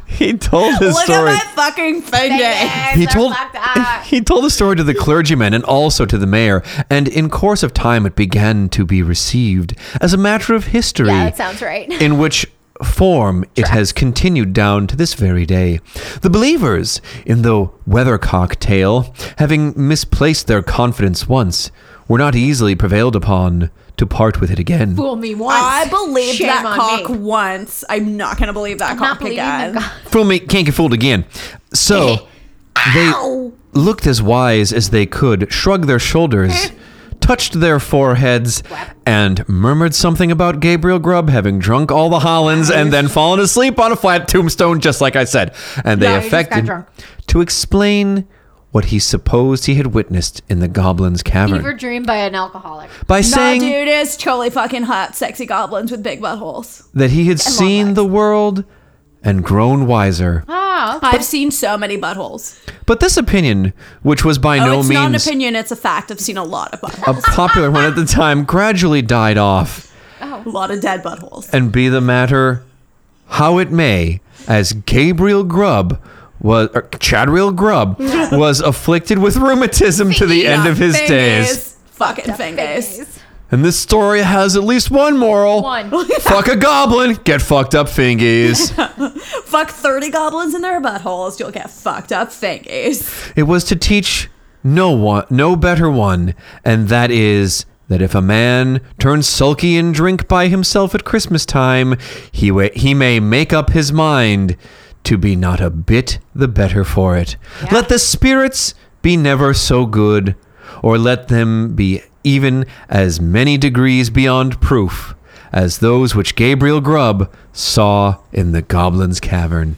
Speaker 2: He told his
Speaker 3: Look
Speaker 2: story.
Speaker 3: at my fucking fingers.
Speaker 1: Yes,
Speaker 2: He
Speaker 1: they're
Speaker 2: told [LAUGHS]
Speaker 1: fucked up.
Speaker 2: he told the story to the clergyman and also to the mayor, and in course of time it began to be received as a matter of history.
Speaker 1: Yeah, that sounds right. [LAUGHS]
Speaker 2: in which form it has continued down to this very day. The believers in the weathercock tale, having misplaced their confidence once, were not easily prevailed upon to part with it again.
Speaker 1: Fool me once.
Speaker 3: I believed
Speaker 1: Shame
Speaker 3: that
Speaker 1: on
Speaker 3: cock
Speaker 1: me.
Speaker 3: once. I'm not gonna believe that
Speaker 1: Not
Speaker 3: cock
Speaker 1: believing in
Speaker 3: again.
Speaker 1: God.
Speaker 2: Fool me, can't get fooled again.
Speaker 1: [LAUGHS]
Speaker 2: So they looked as wise as they could, shrugged their
Speaker 3: Eh.
Speaker 2: shoulders, touched their foreheads, and murmured something about Gabriel Grubb having drunk all the Hollands and then fallen asleep on a flat tombstone, just like I said. And they
Speaker 1: Yeah, he just got
Speaker 2: affected
Speaker 1: drunk.
Speaker 2: to explain what he supposed he had witnessed in the Goblin's cavern
Speaker 1: Fever dream by
Speaker 3: [LAUGHS]
Speaker 1: an alcoholic.
Speaker 2: by saying
Speaker 3: nah, dude is totally fucking hot, sexy goblins with big buttholes.
Speaker 2: that he had seen
Speaker 3: legs.
Speaker 2: the world and grown wiser.
Speaker 1: Oh,
Speaker 3: I've seen so many buttholes.
Speaker 2: But this opinion, which was by
Speaker 3: Oh,
Speaker 2: no
Speaker 3: it's
Speaker 2: means
Speaker 3: not an opinion; it's a fact. I've seen a lot of buttholes,
Speaker 2: a popular one at the time, gradually died off.
Speaker 3: a lot of dead buttholes.
Speaker 2: And be the matter how it may, as Gabriel Grubb was or Chadriel Grubb was afflicted with rheumatism to the end of his days.
Speaker 3: Fingers, fucking fingers.
Speaker 1: fingies.
Speaker 2: And this story has at least one
Speaker 3: [LAUGHS]
Speaker 2: moral.
Speaker 1: One.
Speaker 2: Fuck a goblin, get fucked up fingies.
Speaker 3: Fuck thirty goblins in their buttholes. You'll get fucked up fingers.
Speaker 2: It was to teach no one, no better one, and that is that if a man turns sulky and drink by himself at Christmas time, he wa- he may make up his mind to be not a bit the better for it. Let the spirits be never so good, or let them be even as many degrees beyond proof as those which Gabriel Grubb saw in the
Speaker 1: [LAUGHS]
Speaker 2: Goblin's Cavern.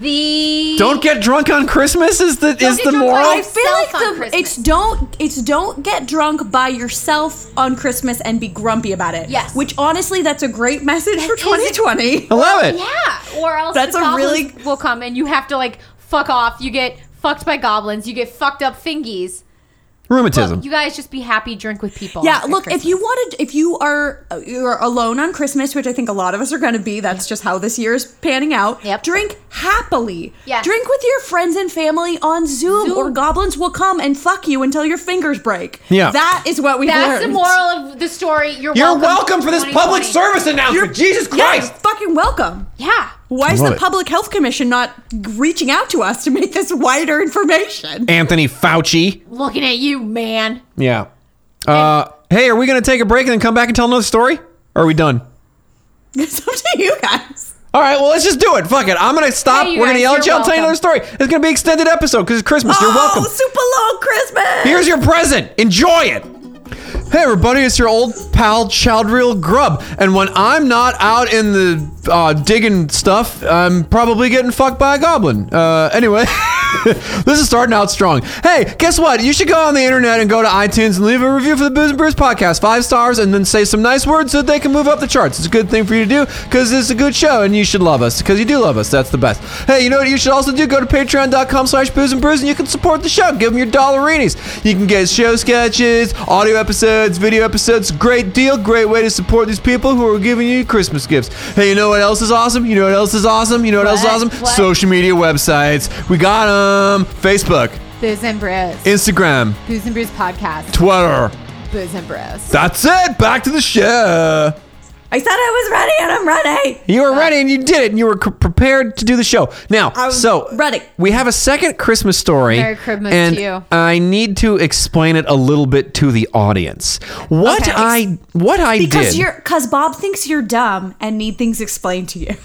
Speaker 1: The
Speaker 2: Don't get drunk on Christmas is the is
Speaker 1: get
Speaker 2: the
Speaker 1: drunk on
Speaker 2: moral.
Speaker 3: I
Speaker 1: Self
Speaker 3: feel like
Speaker 1: on
Speaker 3: the
Speaker 1: Christmas.
Speaker 3: it's don't it's don't get drunk by yourself on Christmas and be grumpy about it.
Speaker 1: Yes.
Speaker 3: Which honestly, that's a great message for
Speaker 1: is-
Speaker 3: 2020.
Speaker 2: I love it.
Speaker 1: Yeah, or else
Speaker 3: That's
Speaker 1: the
Speaker 3: a
Speaker 1: goblins
Speaker 3: really-
Speaker 1: will come and you have to like fuck off. You get fucked by goblins. You get fucked up fingies. But
Speaker 2: Rheumatism.
Speaker 1: you guys just be happy, drink with people.
Speaker 3: Yeah,
Speaker 1: at
Speaker 3: look, if you
Speaker 1: Christmas.
Speaker 3: wanted, if you are uh, you're alone on Christmas, which I think a lot of us are going to be, that's just how this year is panning out.
Speaker 1: Yep.
Speaker 3: Drink happily.
Speaker 1: Yeah.
Speaker 3: Drink with your friends and family on Zoom,
Speaker 1: Zoom.
Speaker 3: or goblins will come and fuck you until your fingers break.
Speaker 2: Yeah.
Speaker 3: that is what we
Speaker 1: That's
Speaker 3: learned.
Speaker 1: the moral of the story. You're
Speaker 2: You're
Speaker 1: welcome,
Speaker 2: welcome for this
Speaker 1: 2020.
Speaker 2: public service announcement. Jesus
Speaker 3: Yeah,
Speaker 2: Christ.
Speaker 3: you're fucking welcome.
Speaker 1: Yeah.
Speaker 3: Why is
Speaker 2: Love
Speaker 3: the
Speaker 2: it.
Speaker 3: Public Health Commission not reaching out to us to make this wider information?
Speaker 2: Anthony Fauci.
Speaker 1: Looking at you, man.
Speaker 2: Yeah. Uh, hey, are we going to take a break and then come back and tell another story? Or are we done?
Speaker 3: [LAUGHS] it's up to you guys.
Speaker 2: All right, well, let's just do it. Fuck it. I'm going to stop.
Speaker 1: Hey, you
Speaker 2: We're going to
Speaker 1: guys,
Speaker 2: yell at
Speaker 1: you're
Speaker 2: you. I'll tell you
Speaker 1: welcome.
Speaker 2: another story. It's going to be extended episode because it's Christmas. You're welcome.
Speaker 3: Oh, super long Christmas.
Speaker 2: Here's your present. Enjoy it. Hey, everybody, it's your old pal Childreal Grub. And when I'm not out in the uh, digging stuff, I'm probably getting fucked by a goblin. Uh, anyway, [LAUGHS] this is starting out strong. Hey, guess what? You should go on the internet and go to iTunes and leave a review for the Booze and Brews podcast, five stars, and then say some nice words so that they can move up the charts. It's a good thing for you to do because it's a good show and you should love us because you do love us. That's the best. Hey, you know what you should also do? Go to patreon.com slash booze and brews and you can support the show. Give them your dollarinis. You can get show sketches, audio episodes, video episodes. Great deal. Great way to support these people who are giving you Christmas gifts. Hey, you know what else is awesome? You know what else is awesome? You know what, else is
Speaker 1: What?
Speaker 2: awesome?
Speaker 1: What?
Speaker 2: Social media websites. We got them. Facebook,
Speaker 1: Booze and Brews.
Speaker 2: Instagram,
Speaker 1: Booze and Brews podcast.
Speaker 2: Twitter.
Speaker 1: Booze and Brews.
Speaker 2: That's it. Back to the show.
Speaker 3: I said I was ready and I'm ready.
Speaker 2: You were ready and you did it and you were c- prepared to do the show. Now,
Speaker 3: I'm
Speaker 2: so
Speaker 3: ready.
Speaker 2: We have a second Christmas story.
Speaker 1: Merry Christmas to
Speaker 2: and
Speaker 1: you.
Speaker 2: I need to explain it a little bit to the audience. What
Speaker 3: Okay.
Speaker 2: I what I
Speaker 3: Because
Speaker 2: did
Speaker 3: you're because Bob thinks you're dumb and need things explained to you.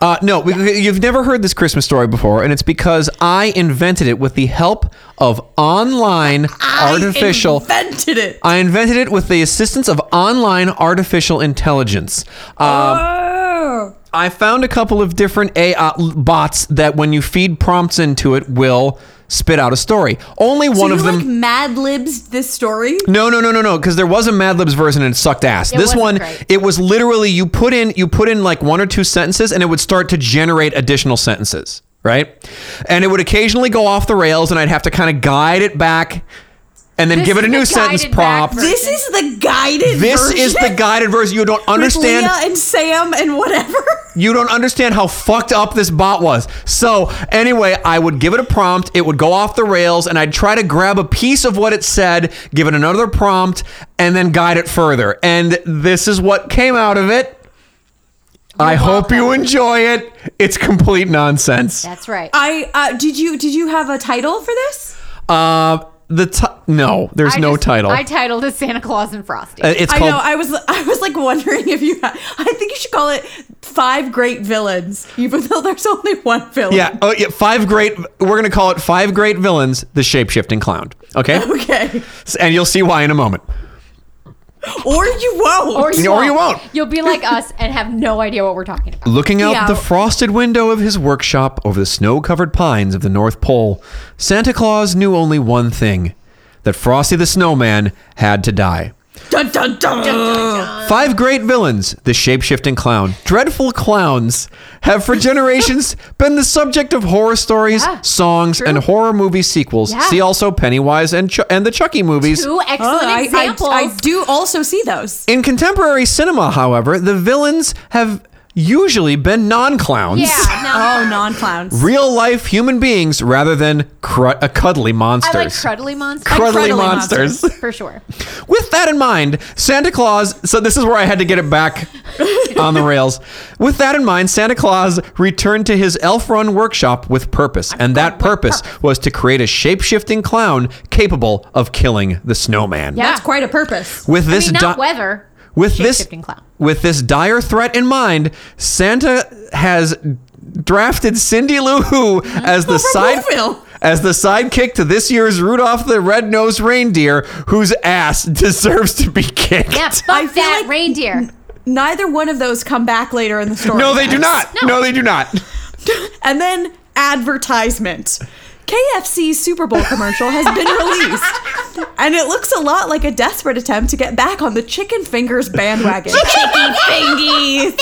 Speaker 2: Uh, no, we- you've never heard this Christmas story before, and it's because I invented it with the help of online artificial.
Speaker 3: [LAUGHS] [LAUGHS] I invented it.
Speaker 2: I invented it with the assistance of online artificial intelligence. Um,
Speaker 3: oh.
Speaker 2: I found a couple of different AI bots that, when you feed prompts into it, will spit out a story. Only one
Speaker 3: so
Speaker 2: of
Speaker 3: you,
Speaker 2: them.
Speaker 3: like Mad Libs this story.
Speaker 2: No, no, no, no, no, because there was a Mad Libs version and it sucked ass. this
Speaker 1: wasn't
Speaker 2: one,
Speaker 1: great.
Speaker 2: it was literally you put in you put in like one or two sentences and it would start to generate additional sentences, right? And it would occasionally go off the rails, and I'd have to kind of guide it back, and then
Speaker 1: This
Speaker 2: give it a
Speaker 1: is
Speaker 2: new
Speaker 1: the
Speaker 2: sentence
Speaker 1: guided back
Speaker 2: prompt.
Speaker 1: version.
Speaker 3: This is the guided.
Speaker 2: This is the
Speaker 3: version
Speaker 2: guided version. You don't
Speaker 3: with
Speaker 2: understand.
Speaker 3: Leah and Sam and
Speaker 2: [LAUGHS]
Speaker 3: whatever.
Speaker 2: You don't understand how fucked up this bot was. So, anyway, I would give it a prompt, it would go off the rails, and I'd try to grab a piece of what it said, give it another prompt, and then guide it further. And this is what came out of it. I hope you enjoy it. It's complete nonsense.
Speaker 1: That's right.
Speaker 3: I uh, did you did you have a title for this?
Speaker 2: Uh, the ti no, there's
Speaker 1: I
Speaker 2: no
Speaker 1: just-
Speaker 2: title.
Speaker 1: I titled it Santa Claus and Frosty.
Speaker 2: Uh, it's
Speaker 3: I
Speaker 2: called
Speaker 3: know. I was I was like wondering if you. Had, I think you should call it Five Great Villains, even though there's only one villain.
Speaker 2: yeah, oh, yeah, five great. We're gonna call it five great villains. The shape shifting clown. Okay,
Speaker 3: Okay.
Speaker 2: and you'll see why in a moment.
Speaker 3: Or you won't.
Speaker 2: or you won't.
Speaker 1: You'll be like us and have no idea what we're talking
Speaker 2: [LAUGHS]
Speaker 1: about.
Speaker 2: Looking out
Speaker 3: Yeah.
Speaker 2: the frosted window of his workshop over the snow covered pines of the North Pole, Santa Claus knew only one thing that Frosty the Snowman had to die.
Speaker 3: Dun, dun, dun.
Speaker 2: Five great villains, the shape shifting clown, dreadful clowns, have
Speaker 1: [LAUGHS]
Speaker 2: for generations been the subject of horror stories,
Speaker 1: Yeah,
Speaker 2: songs, and horror movie sequels.
Speaker 1: Yeah.
Speaker 2: See also Pennywise and, Ch- and the Chucky movies.
Speaker 1: Two
Speaker 3: Oh,
Speaker 1: excellent
Speaker 3: I, I,
Speaker 1: examples.
Speaker 3: I do also see those.
Speaker 2: In contemporary cinema, however, the villains have usually been non clowns.
Speaker 1: yeah, no.
Speaker 3: Oh, non clowns.
Speaker 2: real life human beings rather than cru- uh, cuddly
Speaker 1: I
Speaker 2: monsters.
Speaker 1: like cruddly monsters.
Speaker 2: Cruddly
Speaker 3: cruddly
Speaker 2: monsters.
Speaker 1: For sure.
Speaker 2: With that in mind, Santa Claus. So this is where I had to get it back
Speaker 1: [LAUGHS]
Speaker 2: on the rails. With that in mind, Santa Claus returned to his elf run workshop with purpose, and that purpose was to create a shape shifting clown capable of killing the snowman.
Speaker 1: Yeah.
Speaker 3: That's quite a purpose.
Speaker 2: With
Speaker 1: I
Speaker 2: this
Speaker 1: mean, not
Speaker 2: di-
Speaker 1: weather.
Speaker 2: with this
Speaker 1: shape-shifting clown.
Speaker 2: with this dire threat in mind, Santa has drafted Cindy Lou Who as the side
Speaker 3: Whoville.
Speaker 2: as the sidekick to this year's Rudolph the Red-Nosed Reindeer, whose ass [LAUGHS] deserves to be kicked. [LAUGHS]
Speaker 1: Yeah, fuck
Speaker 3: I feel
Speaker 1: that
Speaker 3: like-
Speaker 1: reindeer.
Speaker 3: Neither one of those come back later in the story.
Speaker 2: No, they do
Speaker 3: guys.
Speaker 2: not. No. they do not.
Speaker 3: And then advertisement. KFC's Super Bowl commercial has [LAUGHS] been released. And it looks a lot like a desperate attempt to get back on the chicken fingers bandwagon. [LAUGHS] chicken fingies!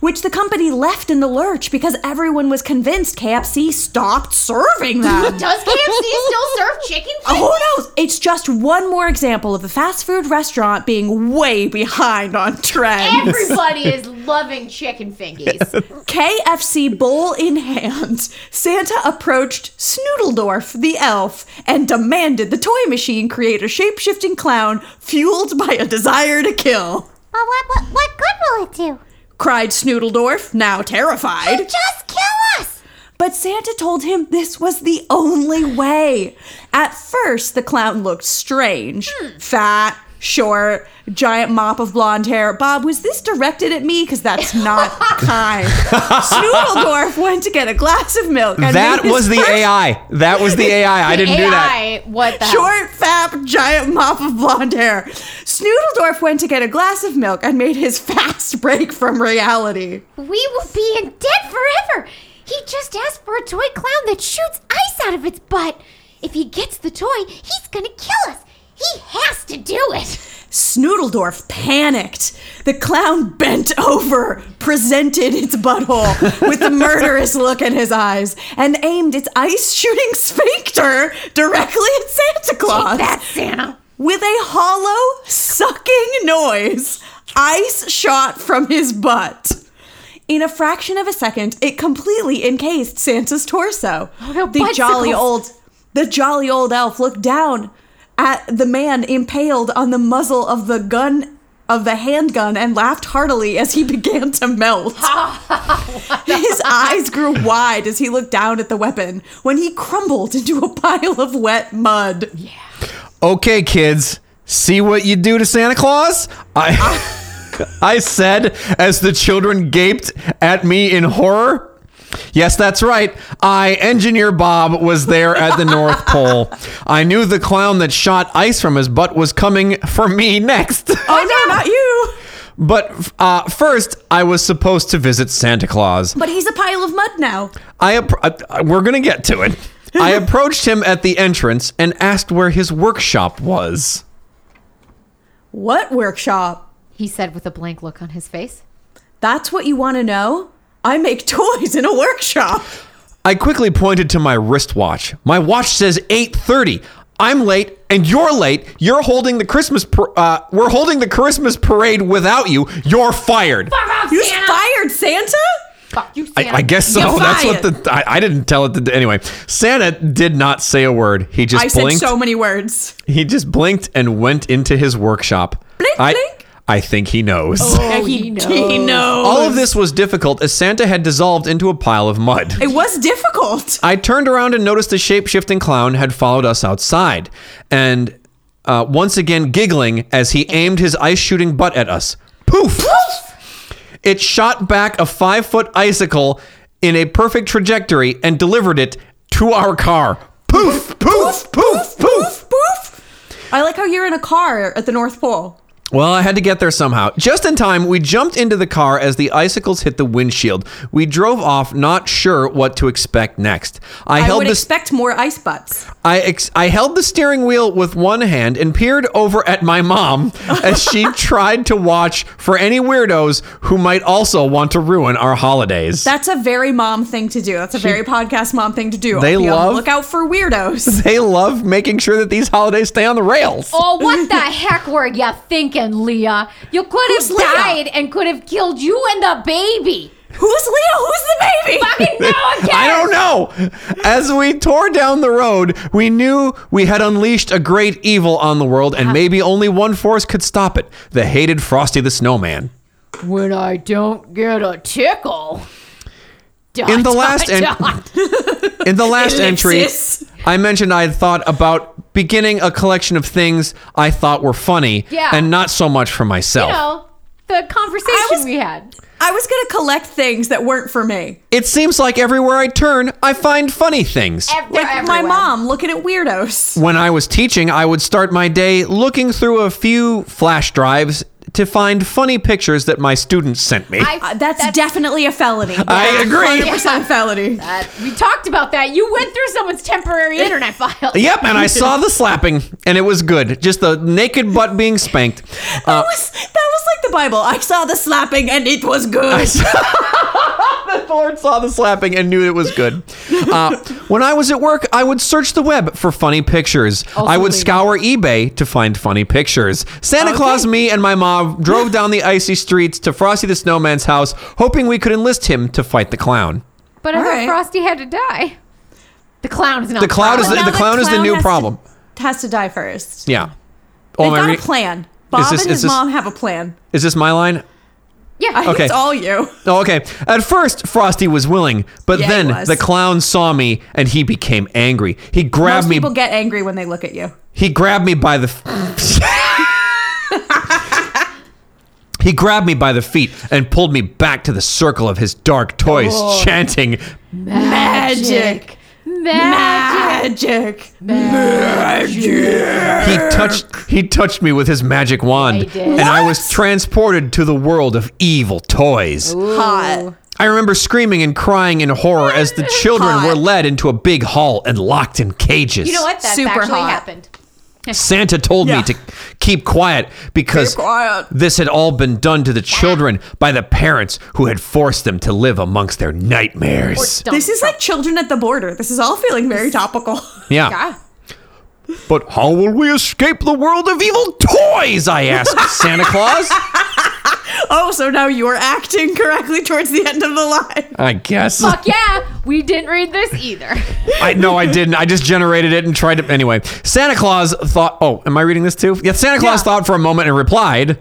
Speaker 3: Which the company left in the lurch because everyone was convinced KFC stopped serving them.
Speaker 1: Does KFC still serve
Speaker 2: [LAUGHS]
Speaker 1: chicken?
Speaker 2: Oh,
Speaker 3: Who knows? It's just one more example of a fast food restaurant being way behind on trend.
Speaker 1: Everybody is loving chicken
Speaker 2: [LAUGHS]
Speaker 1: fingies.
Speaker 3: KFC bowl in hand, Santa approached Snoodledorf the elf and demanded the toy machine create a shape shifting clown fueled by a desire to kill.
Speaker 7: But what, what, what good will it do?
Speaker 3: Cried Snoodledorf, now terrified.
Speaker 7: Just kill us!
Speaker 3: But Santa told him this was the only way. At first, the clown looked strange
Speaker 7: Hmm.
Speaker 3: fat, short, giant mop of blonde hair. Bob, was this directed at me? Because
Speaker 7: [LAUGHS]
Speaker 3: that's not kind. Snoodledorf went to get a glass of milk. and
Speaker 2: That
Speaker 3: made his
Speaker 2: was the
Speaker 3: first
Speaker 2: AI. That was the AI. I didn't do that.
Speaker 1: AI, What the hell?
Speaker 3: Short, fat, giant mop of blonde hair. Snoodledorf went to get a glass of milk and made his fast break from reality.
Speaker 7: We will be in debt forever! He just asked for a toy clown that shoots ice out of its butt! If he gets the toy, he's gonna kill us! He has to do it!
Speaker 3: Snoodledorf panicked. The clown bent over, presented its butthole with the murderous look in his eyes, and aimed its ice shooting [LAUGHS] sphincter directly at Santa Claus.
Speaker 7: That's Santa!
Speaker 3: With a hollow, sucking noise, ice shot from his butt. In a fraction of a second, it completely encased Santa's torso.
Speaker 1: no,
Speaker 3: the jolly
Speaker 1: bicycles.
Speaker 3: old the jolly old elf looked down at the man impaled on the muzzle of the gun of the handgun and laughed heartily as he [LAUGHS] began to melt. His eyes grew wide as he looked down at the weapon when he crumbled into a pile of wet mud.
Speaker 2: Okay, kids, see what you do to Santa Claus? I [LAUGHS] I said as the children gaped at me in horror. Yes, that's right. I, Engineer Bob, was there at the North Pole. I knew the clown that shot ice from his butt was coming for me [LAUGHS] next.
Speaker 3: Oh no, not you!
Speaker 2: But uh, first, I was supposed to visit Santa Claus.
Speaker 3: But he's a pile of mud now.
Speaker 2: I appro- uh, we're gonna get to it. I approached him at the entrance and asked where his workshop was.
Speaker 3: What workshop?
Speaker 1: He said with a blank look on his face.
Speaker 3: That's what you want to know? I make [LAUGHS] toys in a workshop.
Speaker 2: I quickly pointed to my wristwatch. My watch says 8:30. I'm late and you're late. You're holding the Christmas par- uh, we're holding the Christmas parade without you. You're fired.
Speaker 3: You fired Santa?
Speaker 1: Fuck you,
Speaker 2: I,
Speaker 1: Santa.
Speaker 2: I guess so.
Speaker 3: You're
Speaker 2: That's what
Speaker 3: fired.
Speaker 2: the I, I didn't tell it to do- anyway. Santa did not say a word. He just
Speaker 3: I said
Speaker 2: blinked.
Speaker 3: so many words.
Speaker 2: he just blinked and went into his workshop.
Speaker 3: Blink,
Speaker 2: I,
Speaker 3: blink. Oh.
Speaker 2: I think he knows.
Speaker 1: Oh,
Speaker 3: Yeah, he, he knows.
Speaker 2: [LAUGHS] All of this was difficult as Santa had dissolved into a pile of mud.
Speaker 3: It was difficult.
Speaker 2: I turned around and noticed the shape shifting clown had followed us outside, and uh, once again giggling as he aimed his ice shooting butt at us. Poof! It shot back a five foot icicle in a perfect trajectory and delivered it to our car. Poof! Poof! Poof! Poof!
Speaker 3: Poof. I like how you're in a car at the North Pole.
Speaker 2: Well, I had to get there somehow. Just in time, we jumped into the car as the icicles hit the windshield. We drove off, not sure what to expect next. I,
Speaker 3: I
Speaker 2: held
Speaker 3: would
Speaker 2: the
Speaker 3: expect more ice butts.
Speaker 2: I ex- I held the steering wheel with one hand and peered over at my mom as she tried to watch for any weirdos who might also want to ruin our holidays.
Speaker 3: That's a very mom thing to do. That's a very podcast mom thing to do.
Speaker 2: They
Speaker 3: Be on the
Speaker 2: love-
Speaker 3: lookout for weirdos.
Speaker 2: [LAUGHS] they love making sure that these holidays stay on the rails.
Speaker 1: Oh, what the heck were you thinking, Leah? You could
Speaker 3: Who's
Speaker 1: have
Speaker 3: Leah?
Speaker 1: died and could have killed you and the baby.
Speaker 3: Who's Leo? Who's the baby?
Speaker 1: Fucking no one cares.
Speaker 2: I don't know. As we tore down the road, we knew we had unleashed a great evil on the world, and maybe only one force could stop it the hated Frosty the Snowman.
Speaker 1: When I don't get a tickle. Dot,
Speaker 2: In the
Speaker 1: dot, [LAUGHS]
Speaker 2: last en-
Speaker 1: dot.
Speaker 2: In the last
Speaker 3: Ellipsis.
Speaker 2: entry, I mentioned I had thought about beginning a collection of things I thought were funny
Speaker 1: Yeah.
Speaker 2: and not so much for myself.
Speaker 1: you know, the conversation
Speaker 3: I was-
Speaker 1: we had.
Speaker 3: I was gonna collect things that weren't for me.
Speaker 2: It seems like everywhere I turn, I find funny things.
Speaker 3: Like my
Speaker 1: everywhere.
Speaker 3: mom looking at weirdos.
Speaker 2: when I was teaching, I would start my day looking through a few flash drives to find funny pictures that my students sent me.
Speaker 3: Uh, that's, definitely a felony.
Speaker 1: [LAUGHS]
Speaker 2: I agree.
Speaker 3: 100% felony.
Speaker 1: Uh, we talked about that. You went through someone's temporary internet file.
Speaker 2: Yep, and I saw the slapping, and it was good. Just the naked butt being spanked.
Speaker 3: that was that was like the Bible. I saw the slapping and it was good.
Speaker 2: the Lord saw the slapping and knew it was
Speaker 3: [LAUGHS]
Speaker 2: good. Uh, when I was at work, I would search the web for funny pictures. I would scour eBay to find funny pictures. Santa Claus, me, and my mom drove down the icy streets to Frosty the Snowman's house, hoping we could enlist him to fight the clown.
Speaker 1: But I thought
Speaker 3: right.
Speaker 1: Frosty had to die. The clown is not
Speaker 2: The clown is
Speaker 1: Frosty.
Speaker 3: now
Speaker 2: the, the
Speaker 3: the
Speaker 2: clown is the
Speaker 3: clown
Speaker 2: new
Speaker 3: has to-
Speaker 2: problem.
Speaker 3: Has to die first.
Speaker 2: Yeah.
Speaker 3: They've
Speaker 2: Oh, am I
Speaker 3: got
Speaker 2: re-
Speaker 3: a plan. Bob
Speaker 2: this-
Speaker 3: and
Speaker 2: is
Speaker 3: his
Speaker 2: this-
Speaker 3: mom have a plan.
Speaker 2: Is this my line?
Speaker 1: yeah.
Speaker 2: Okay.
Speaker 3: It's all you.
Speaker 2: Oh, okay. At first, Frosty was willing, but
Speaker 3: Yeah, he
Speaker 2: then
Speaker 3: was.
Speaker 2: the clown saw me and he became angry. He grabbed
Speaker 3: Most
Speaker 2: me
Speaker 3: people get angry when they look at you.
Speaker 2: He grabbed me by the.
Speaker 3: [LAUGHS]
Speaker 2: [LAUGHS] f- he grabbed me by the feet and pulled me back to the circle of his dark toys, chanting,
Speaker 3: Magic.
Speaker 1: Magic.
Speaker 3: Magic.
Speaker 2: "He touched, he touched me with his magic
Speaker 1: he
Speaker 2: wand,
Speaker 1: did.
Speaker 2: and I was transported to the world of evil toys."
Speaker 3: Hot.
Speaker 2: I remember screaming and crying in horror as the children
Speaker 3: Hot.
Speaker 2: were led into a big hall and locked in cages.
Speaker 1: You know what? That's
Speaker 3: Super
Speaker 1: actually
Speaker 3: hot.
Speaker 1: happened.
Speaker 2: Santa told
Speaker 3: Yeah.
Speaker 2: me to keep quiet because
Speaker 3: Keep quiet.
Speaker 2: this had all been done to the children by the parents who had forced them to live amongst their nightmares.
Speaker 1: Dumb.
Speaker 3: This is like children at the border. This is all feeling very topical.
Speaker 2: Yeah. But how will we escape the world of evil toys? I [LAUGHS] asked Santa Claus.
Speaker 3: [LAUGHS] Oh, so now you are acting correctly towards the end of the line.
Speaker 2: I guess.
Speaker 1: Fuck yeah. We didn't read this [LAUGHS] either.
Speaker 2: I no, I didn't. I just generated it and tried to. Anyway, Santa Claus thought. Oh, am I reading this too? Yeah. Santa Claus
Speaker 3: Yeah.
Speaker 2: thought for a moment and replied.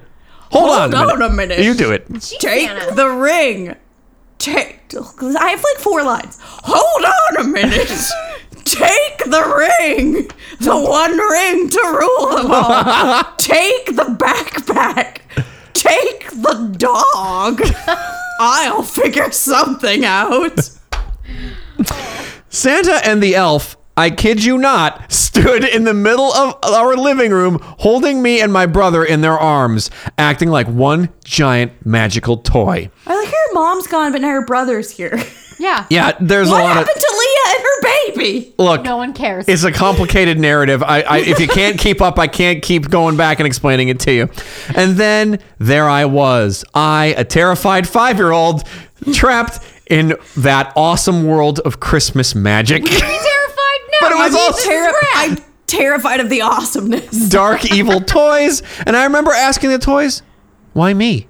Speaker 2: Hold, on,
Speaker 3: Hold
Speaker 2: a minute.
Speaker 3: on a minute.
Speaker 2: You do it.
Speaker 3: Take the ring. Take. I have like four lines. Hold on a [LAUGHS] minute. Take the ring. The one ring to rule them [LAUGHS] all. Take the backpack. Take the dog. I'll figure something out.
Speaker 2: Santa and the elf, I kid you not, [LAUGHS] stood in the middle of our living room holding me and my brother in their arms, acting like one giant magical toy.
Speaker 3: I like her mom's gone, but now her brother's here.
Speaker 1: Yeah.
Speaker 2: Yeah, there's
Speaker 3: What
Speaker 2: a lot of
Speaker 3: happened to Leah and her baby?
Speaker 2: look.
Speaker 1: No one cares.
Speaker 2: It's a complicated narrative. I, I if you can't keep up, I can't keep going back and explaining it to you. And then there I was, I, a terrified five-year-old, trapped in that awesome world of Christmas magic. [LAUGHS]
Speaker 1: terrified now.
Speaker 2: But it
Speaker 1: I
Speaker 2: was
Speaker 1: mean,
Speaker 2: all
Speaker 1: this is
Speaker 3: Terri-
Speaker 1: crap.
Speaker 3: I'm terrified of the awesomeness.
Speaker 2: dark evil toys and i remember asking the toys why me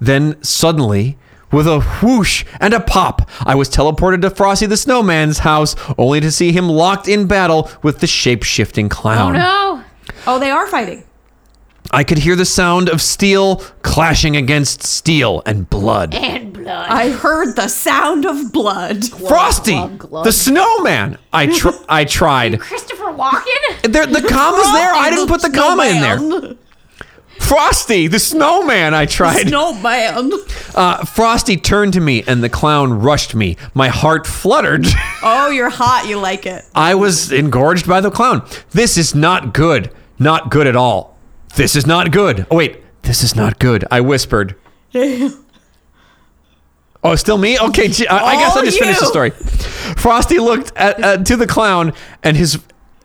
Speaker 2: then suddenly with a whoosh and a pop i was teleported to frosty the snowman's house only to see him locked in battle with the shape-shifting
Speaker 1: Oh,
Speaker 2: clown
Speaker 1: no.
Speaker 3: Oh, they are fighting.
Speaker 2: i could hear the sound of steel clashing against steel and blood
Speaker 7: And blood.
Speaker 2: Uh,
Speaker 3: I heard the sound of blood.
Speaker 2: frosty
Speaker 1: glug, glug.
Speaker 2: the snowman i tr- i tried
Speaker 7: Christopher Walken?
Speaker 2: there, the comma's there i didn't put the comma in there
Speaker 3: Snowman.
Speaker 2: frosty the snowman i tried
Speaker 3: Snowman.
Speaker 2: Uh, Frosty turned to me and the clown rushed me. My heart fluttered.
Speaker 3: [LAUGHS]
Speaker 2: [LAUGHS]
Speaker 3: Oh, you're hot. You like it.
Speaker 2: I was engorged by the clown. This is not good. Not good at all. This is not good. Oh, wait. This is not good.
Speaker 3: [LAUGHS]
Speaker 2: I whispered. Oh, still me? Okay, gee, I, I guess I
Speaker 3: All
Speaker 2: just finished the
Speaker 3: you.
Speaker 2: story. Frosty looked at, uh, to the clown and his.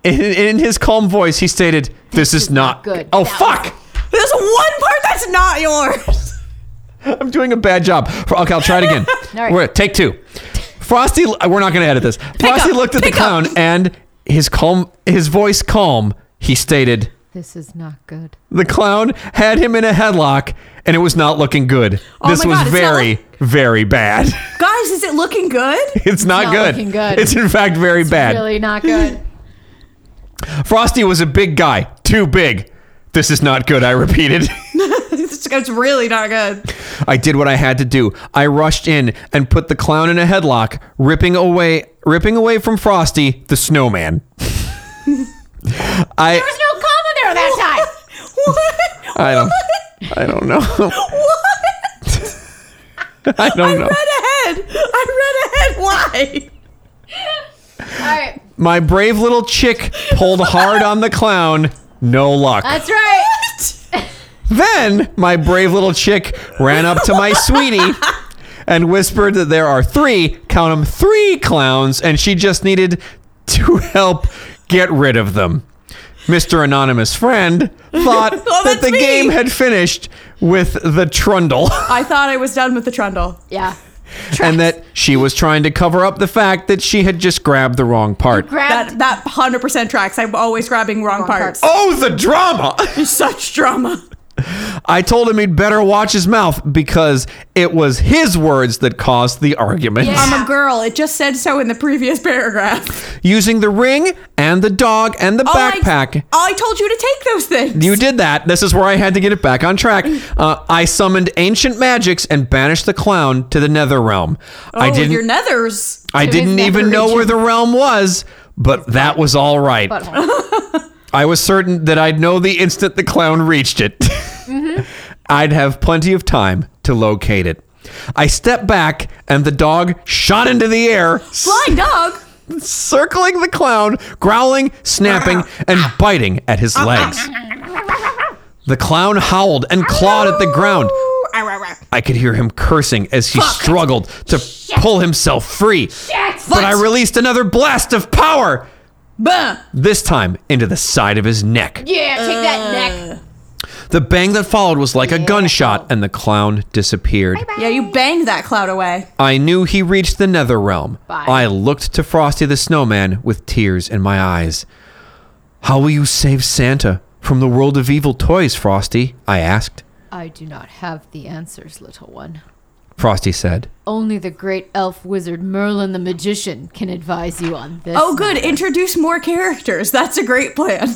Speaker 2: In, in his calm voice, he stated, "This, is, not
Speaker 1: good.
Speaker 2: Oh
Speaker 1: That
Speaker 2: fuck!
Speaker 3: There's one part that's not yours.
Speaker 2: I'm doing a bad job. F- Okay, I'll try it again.
Speaker 1: All right.
Speaker 2: We're- take two. Frosty, we're not going to edit this. Frosty
Speaker 3: up,
Speaker 2: looked at the
Speaker 3: pick up.
Speaker 2: clown and his calm, his voice calm. He stated,
Speaker 1: This is not good.
Speaker 2: "The clown had him in a headlock, and it was not looking good.
Speaker 3: my
Speaker 2: this was
Speaker 3: God, it's not
Speaker 2: very, very bad. [LAUGHS]
Speaker 3: Guys, is it looking good?
Speaker 2: it's not,
Speaker 1: not
Speaker 2: good.
Speaker 1: looking good.
Speaker 2: It's in fact very bad.
Speaker 1: Really not
Speaker 2: [LAUGHS]
Speaker 1: good.
Speaker 2: Frosty was a big guy, too big. This is not good. I repeated."
Speaker 3: [LAUGHS] It's, it's really not good.
Speaker 2: I did what I had to do. I rushed in and put the clown in a headlock, ripping away ripping away from Frosty the snowman. [LAUGHS] I
Speaker 7: There's no comma there that time.
Speaker 3: [LAUGHS] What?
Speaker 2: I don't I don't
Speaker 3: [LAUGHS]
Speaker 2: know. I
Speaker 3: [LAUGHS]
Speaker 2: don't know.
Speaker 3: Read ahead. I read ahead. Why?
Speaker 1: All right.
Speaker 2: My brave little chick pulled hard on the clown. No luck.
Speaker 1: That's right.
Speaker 2: Then my brave little chick ran up to my sweetie and whispered that there are three, count 'em, three clowns, and she just needed to help get rid of them. Mr. Anonymous Friend
Speaker 3: [LAUGHS]
Speaker 2: thought that
Speaker 3: that's
Speaker 2: the
Speaker 3: me.
Speaker 2: game had finished with the trundle
Speaker 3: [LAUGHS] I thought I was done with the trundle.
Speaker 1: Yeah.
Speaker 2: and that she was trying to cover up the fact that she had just grabbed the wrong part.
Speaker 3: That that 100% tracks. I'm always grabbing wrong, parts.
Speaker 2: Oh, the drama!
Speaker 3: There's such drama.
Speaker 2: I told him he'd better watch his mouth because it was his words that caused the argument.
Speaker 3: I'm a girl. It just said so in the previous paragraph.
Speaker 2: using the ring and the dog and the
Speaker 3: Oh, I-
Speaker 2: backpack.
Speaker 3: I, told you to take those things.
Speaker 2: You did that. This is where I had to get it back on track.
Speaker 3: Mm.
Speaker 2: Uh, I summoned ancient magics and banished the clown to the nether realm. I
Speaker 3: Oh, your
Speaker 2: didn't.
Speaker 3: nethers.
Speaker 2: I
Speaker 1: his
Speaker 2: didn't
Speaker 1: nether
Speaker 2: even know where
Speaker 1: region.
Speaker 2: the realm was, but that was all right.
Speaker 1: Butthole.
Speaker 2: I was certain that I'd know the instant the clown reached it. [LAUGHS] I'd have plenty of time to locate it. I stepped back, and the dog shot into the air,
Speaker 3: Blind dog.
Speaker 2: circling the clown, growling, snapping, and biting at his legs. The clown howled and clawed at the ground. I could hear him cursing as he struggled to pull himself free. But I released another blast of power,
Speaker 3: Bah.
Speaker 2: this time into the side of his neck.
Speaker 1: Yeah, take
Speaker 3: Uh,
Speaker 1: that neck.
Speaker 2: The bang that followed was like a gunshot, and the clown disappeared.
Speaker 3: Yeah, you banged that cloud away.
Speaker 2: I knew he reached the nether realm.
Speaker 1: Bye.
Speaker 2: I looked to Frosty the Snowman with tears in my eyes. How will you save Santa from the world of evil toys, Frosty? I asked.
Speaker 1: I do not have the answers, little one.
Speaker 2: Frosty said.
Speaker 1: Only the great elf wizard Merlin the magician can advise you on this.
Speaker 3: Oh, good. Introduce more characters. That's a great plan.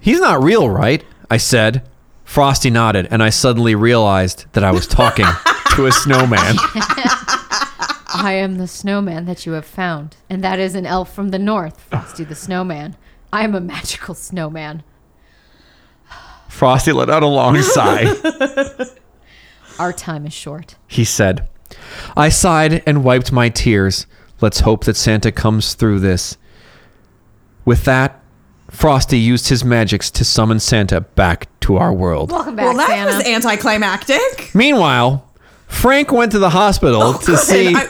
Speaker 2: He's not real, right? I said. Frosty nodded, and I suddenly realized that I was talking to a snowman.
Speaker 1: I am the snowman that you have found, and that is an elf from the north, Frosty the Snowman. I am a magical snowman.
Speaker 2: Frosty let out a long sigh.
Speaker 1: Our time is short.
Speaker 2: he said. I sighed and wiped my tears. Let's hope that Santa comes through this. With that, Frosty used his magics to summon Santa back to our world.
Speaker 1: Welcome back,
Speaker 3: Well, that
Speaker 1: Santa.
Speaker 3: was anticlimactic.
Speaker 2: Meanwhile, Frank went to the hospital to see
Speaker 3: Oh, I-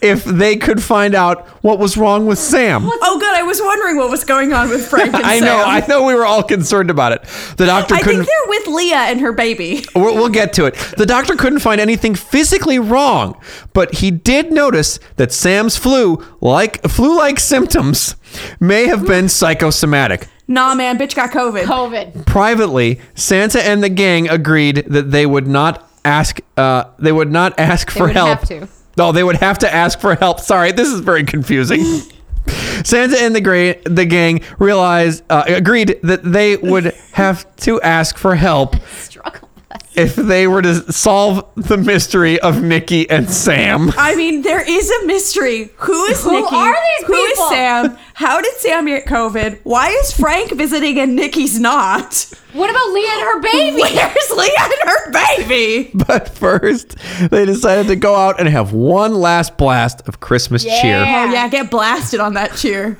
Speaker 2: if they could find out what was wrong with Sam.
Speaker 3: Oh, good. I was wondering what was going on with Frank and
Speaker 2: [LAUGHS] I
Speaker 3: Sam.
Speaker 2: know. I know we were all concerned about it. The doctor
Speaker 3: I
Speaker 2: couldn't.
Speaker 3: think they're with Leah and her baby.
Speaker 2: We'll, we'll get to it. The doctor couldn't find anything physically wrong, but he did notice that Sam's flu, like flu-like symptoms, may have been psychosomatic.
Speaker 3: Nah, man, bitch got COVID.
Speaker 2: Oh.
Speaker 1: COVID.
Speaker 2: Privately, Santa and the gang agreed that they would not ask. Uh, they would not ask for
Speaker 1: would
Speaker 2: help.
Speaker 1: have to.
Speaker 2: No, they would have to ask for help. Sorry, this is very confusing. [LAUGHS] Santa and the gra- the gang realized uh, agreed that they would have to ask for help
Speaker 1: Struggle bus.
Speaker 2: if they were to solve the mystery of Nikki and Sam. [LAUGHS]
Speaker 3: I mean, there is a mystery. Who is
Speaker 1: Who
Speaker 3: Nikki?
Speaker 1: are these
Speaker 3: Who is
Speaker 1: people?
Speaker 3: Sam? How did Sam get COVID? Why is Frank visiting and Nikki's not?
Speaker 1: What about Leah and her baby?
Speaker 3: Where's Leah and her baby?
Speaker 2: But first, they decided to go out and have one last blast of Christmas cheer. [LAUGHS]
Speaker 3: Oh yeah, get blasted on that cheer.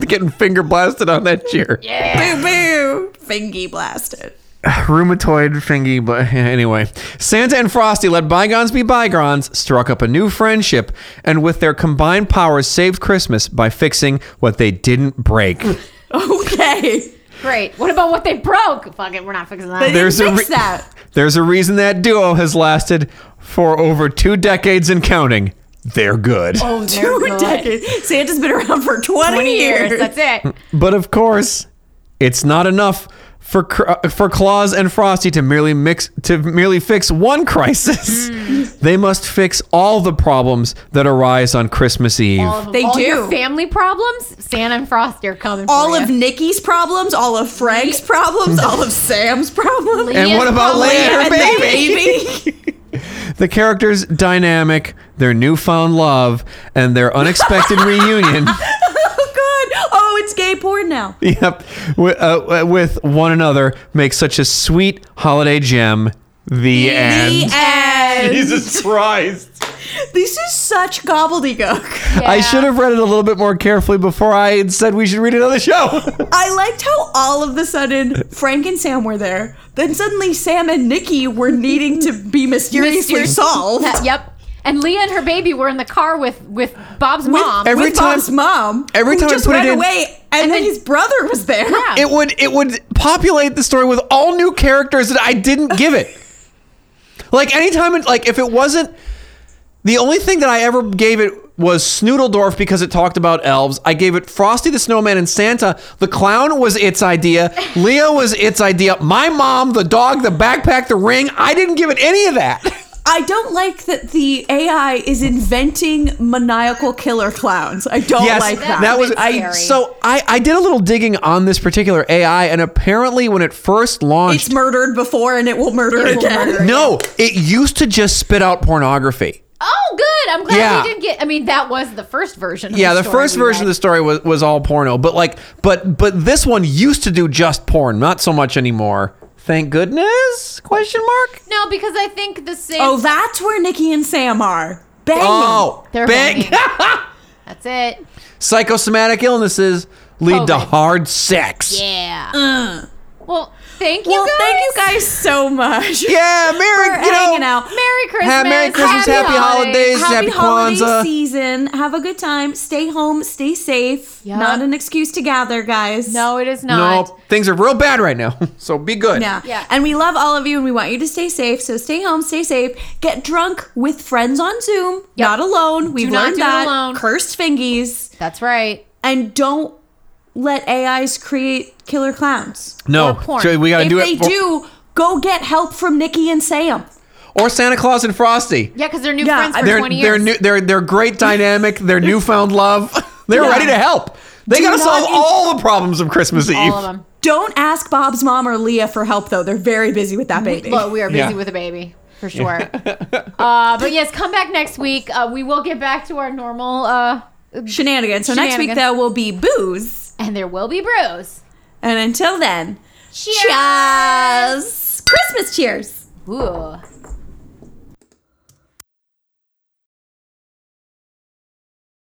Speaker 2: Getting finger blasted on that cheer.
Speaker 3: Boo boo. Fingy blasted.
Speaker 2: Rheumatoid fingy, but [LAUGHS] anyway. Santa and Frosty let bygones be bygones, struck up a new friendship, and with their combined powers saved Christmas by fixing what they
Speaker 3: [LAUGHS]
Speaker 2: didn't break.
Speaker 3: Okay.
Speaker 1: Great. What about what they broke? Fuck it, we're not fixing that.
Speaker 3: They
Speaker 2: There's a
Speaker 3: didn't fix
Speaker 2: re-
Speaker 3: that.
Speaker 2: There's a reason that duo has lasted for over two decades and counting. They're good.
Speaker 1: Oh,
Speaker 3: Two decades. Santa's been around for 20,
Speaker 1: 20
Speaker 3: years.
Speaker 1: years. That's it.
Speaker 2: But of course, it's not enough for Cr- uh, for Claus and Frosty to merely mix to merely fix one crisis. [LAUGHS] They must fix all the problems that arise on Christmas Eve.
Speaker 3: They
Speaker 1: all
Speaker 3: do.
Speaker 1: Your family problems? Santa and Frosty are coming.
Speaker 3: all
Speaker 1: for
Speaker 3: of
Speaker 1: you.
Speaker 3: Nikki's problems, all of Frank's problems, all
Speaker 2: [LAUGHS]
Speaker 3: of Sam's problems.
Speaker 2: and what about
Speaker 1: Leah
Speaker 2: Leia and her
Speaker 3: and
Speaker 2: baby?
Speaker 3: the baby. [LAUGHS]
Speaker 2: The characters' dynamic, their newfound love, and their [LAUGHS] unexpected reunion.
Speaker 3: oh god. Oh, it's gay porn now.
Speaker 2: Yep, with, uh, with one another make such a sweet holiday gem. The end.
Speaker 3: The end.
Speaker 2: [LAUGHS] Jesus Christ.
Speaker 3: This is such gobbledygook.
Speaker 2: I should have read it a little bit more carefully before I had said we should read another show. [LAUGHS]
Speaker 3: I liked how all of the sudden Frank and Sam were there. Then suddenly Sam and Nikki were needing to be mysteriously
Speaker 1: Mysterious.
Speaker 3: solved.
Speaker 1: That- yep. And Leah and her baby were in the car with with Bob's mom.
Speaker 2: every
Speaker 3: with
Speaker 2: time-
Speaker 3: Bob's mom,
Speaker 2: every
Speaker 3: who
Speaker 2: time I
Speaker 3: just
Speaker 2: put it
Speaker 3: ran
Speaker 2: in-
Speaker 3: away, and, then his brother was there.
Speaker 1: Yeah.
Speaker 2: [LAUGHS] it would it would populate the story with all new characters that I didn't give it. Like anytime it like if it wasn't the only thing that I ever gave it was Snoodledorf because it talked about elves. I gave it Frosty the Snowman and Santa. The clown was its idea. Leo was its idea. My mom, the dog, the backpack, the ring. I didn't give it any of that.
Speaker 3: I don't like that the AI is inventing maniacal killer clowns. I don't
Speaker 2: yes,
Speaker 3: like
Speaker 2: that,
Speaker 3: that.
Speaker 2: was I.
Speaker 1: scary.
Speaker 2: So I, I did a little digging on this particular AI, and apparently when it first launched,
Speaker 3: it's murdered before and it will murder again.
Speaker 2: no, it used to just spit out pornography.
Speaker 1: Oh, good. I'm glad
Speaker 2: Yeah.
Speaker 1: we didn't get. I mean, that was the first version. Of
Speaker 2: Yeah, the
Speaker 1: the,
Speaker 2: first version of the story was, was all porno, but like, but but this one used to do just porn, not so much anymore. Thank goodness? Question mark.
Speaker 1: the no, because I think the same.
Speaker 3: Oh, that's where Nikki and Sam are. Bang.
Speaker 2: Oh,
Speaker 1: They're
Speaker 2: bang!
Speaker 1: That's it.
Speaker 2: [LAUGHS] Psychosomatic illnesses lead to
Speaker 1: Covid.
Speaker 2: hard sex. Yeah,
Speaker 1: Yeah.
Speaker 2: Uh.
Speaker 1: Well, thank you
Speaker 3: Well,
Speaker 1: guys.
Speaker 3: thank you guys so much. for
Speaker 2: Merry, you know,
Speaker 3: hanging out.
Speaker 1: Merry Christmas.
Speaker 2: Ha- Merry Christmas, happy holidays,
Speaker 3: Happy,
Speaker 2: happy,
Speaker 3: holiday
Speaker 2: Kwanzaa.
Speaker 3: season. Have a good time. Stay home. Stay safe.
Speaker 1: Yeah.
Speaker 3: Not an excuse to gather, guys.
Speaker 1: No, it is not.
Speaker 2: No, things are real bad right now, [LAUGHS] so be good.
Speaker 3: Yeah.
Speaker 1: Yeah.
Speaker 3: And we love all of you and we want you to stay safe. So stay home, stay safe. Get drunk with friends on Zoom, not alone. We've
Speaker 1: not
Speaker 3: learned
Speaker 1: do it
Speaker 3: that.
Speaker 1: alone.
Speaker 3: Cursed fingies.
Speaker 1: That's right.
Speaker 3: And don't let AIs create killer clowns.
Speaker 1: Or
Speaker 2: No,
Speaker 1: porn.
Speaker 2: so we gotta
Speaker 3: if
Speaker 2: do
Speaker 3: they
Speaker 2: it. for-
Speaker 3: do, go get help from Nikki and Sam.
Speaker 2: or Santa Claus and Frosty.
Speaker 1: Yeah, because they're new
Speaker 3: Yeah,
Speaker 1: friends for
Speaker 2: They're
Speaker 1: 20
Speaker 2: they're
Speaker 1: years.
Speaker 2: new, they're they're great dynamic.
Speaker 3: [LAUGHS]
Speaker 2: Their newfound love. [LAUGHS] They're
Speaker 3: Yeah.
Speaker 2: ready to help. They
Speaker 3: Do
Speaker 2: gotta
Speaker 3: not
Speaker 2: solve
Speaker 3: in-
Speaker 2: all the problems of Christmas Eve.
Speaker 1: All of them.
Speaker 3: Don't ask Bob's mom or Leah for help though. They're very busy with that baby.
Speaker 1: Well, we are busy
Speaker 2: Yeah.
Speaker 1: with a baby for sure.
Speaker 2: [LAUGHS]
Speaker 1: uh, but yes, come back next week. Uh, we will get back to our normal, uh,
Speaker 3: shenanigans. So next week
Speaker 1: Shenanigans.
Speaker 3: though will be booze.
Speaker 1: and there will be brews.
Speaker 3: And until then,
Speaker 7: Cheers.
Speaker 3: cheers. Christmas cheers.
Speaker 1: Ooh.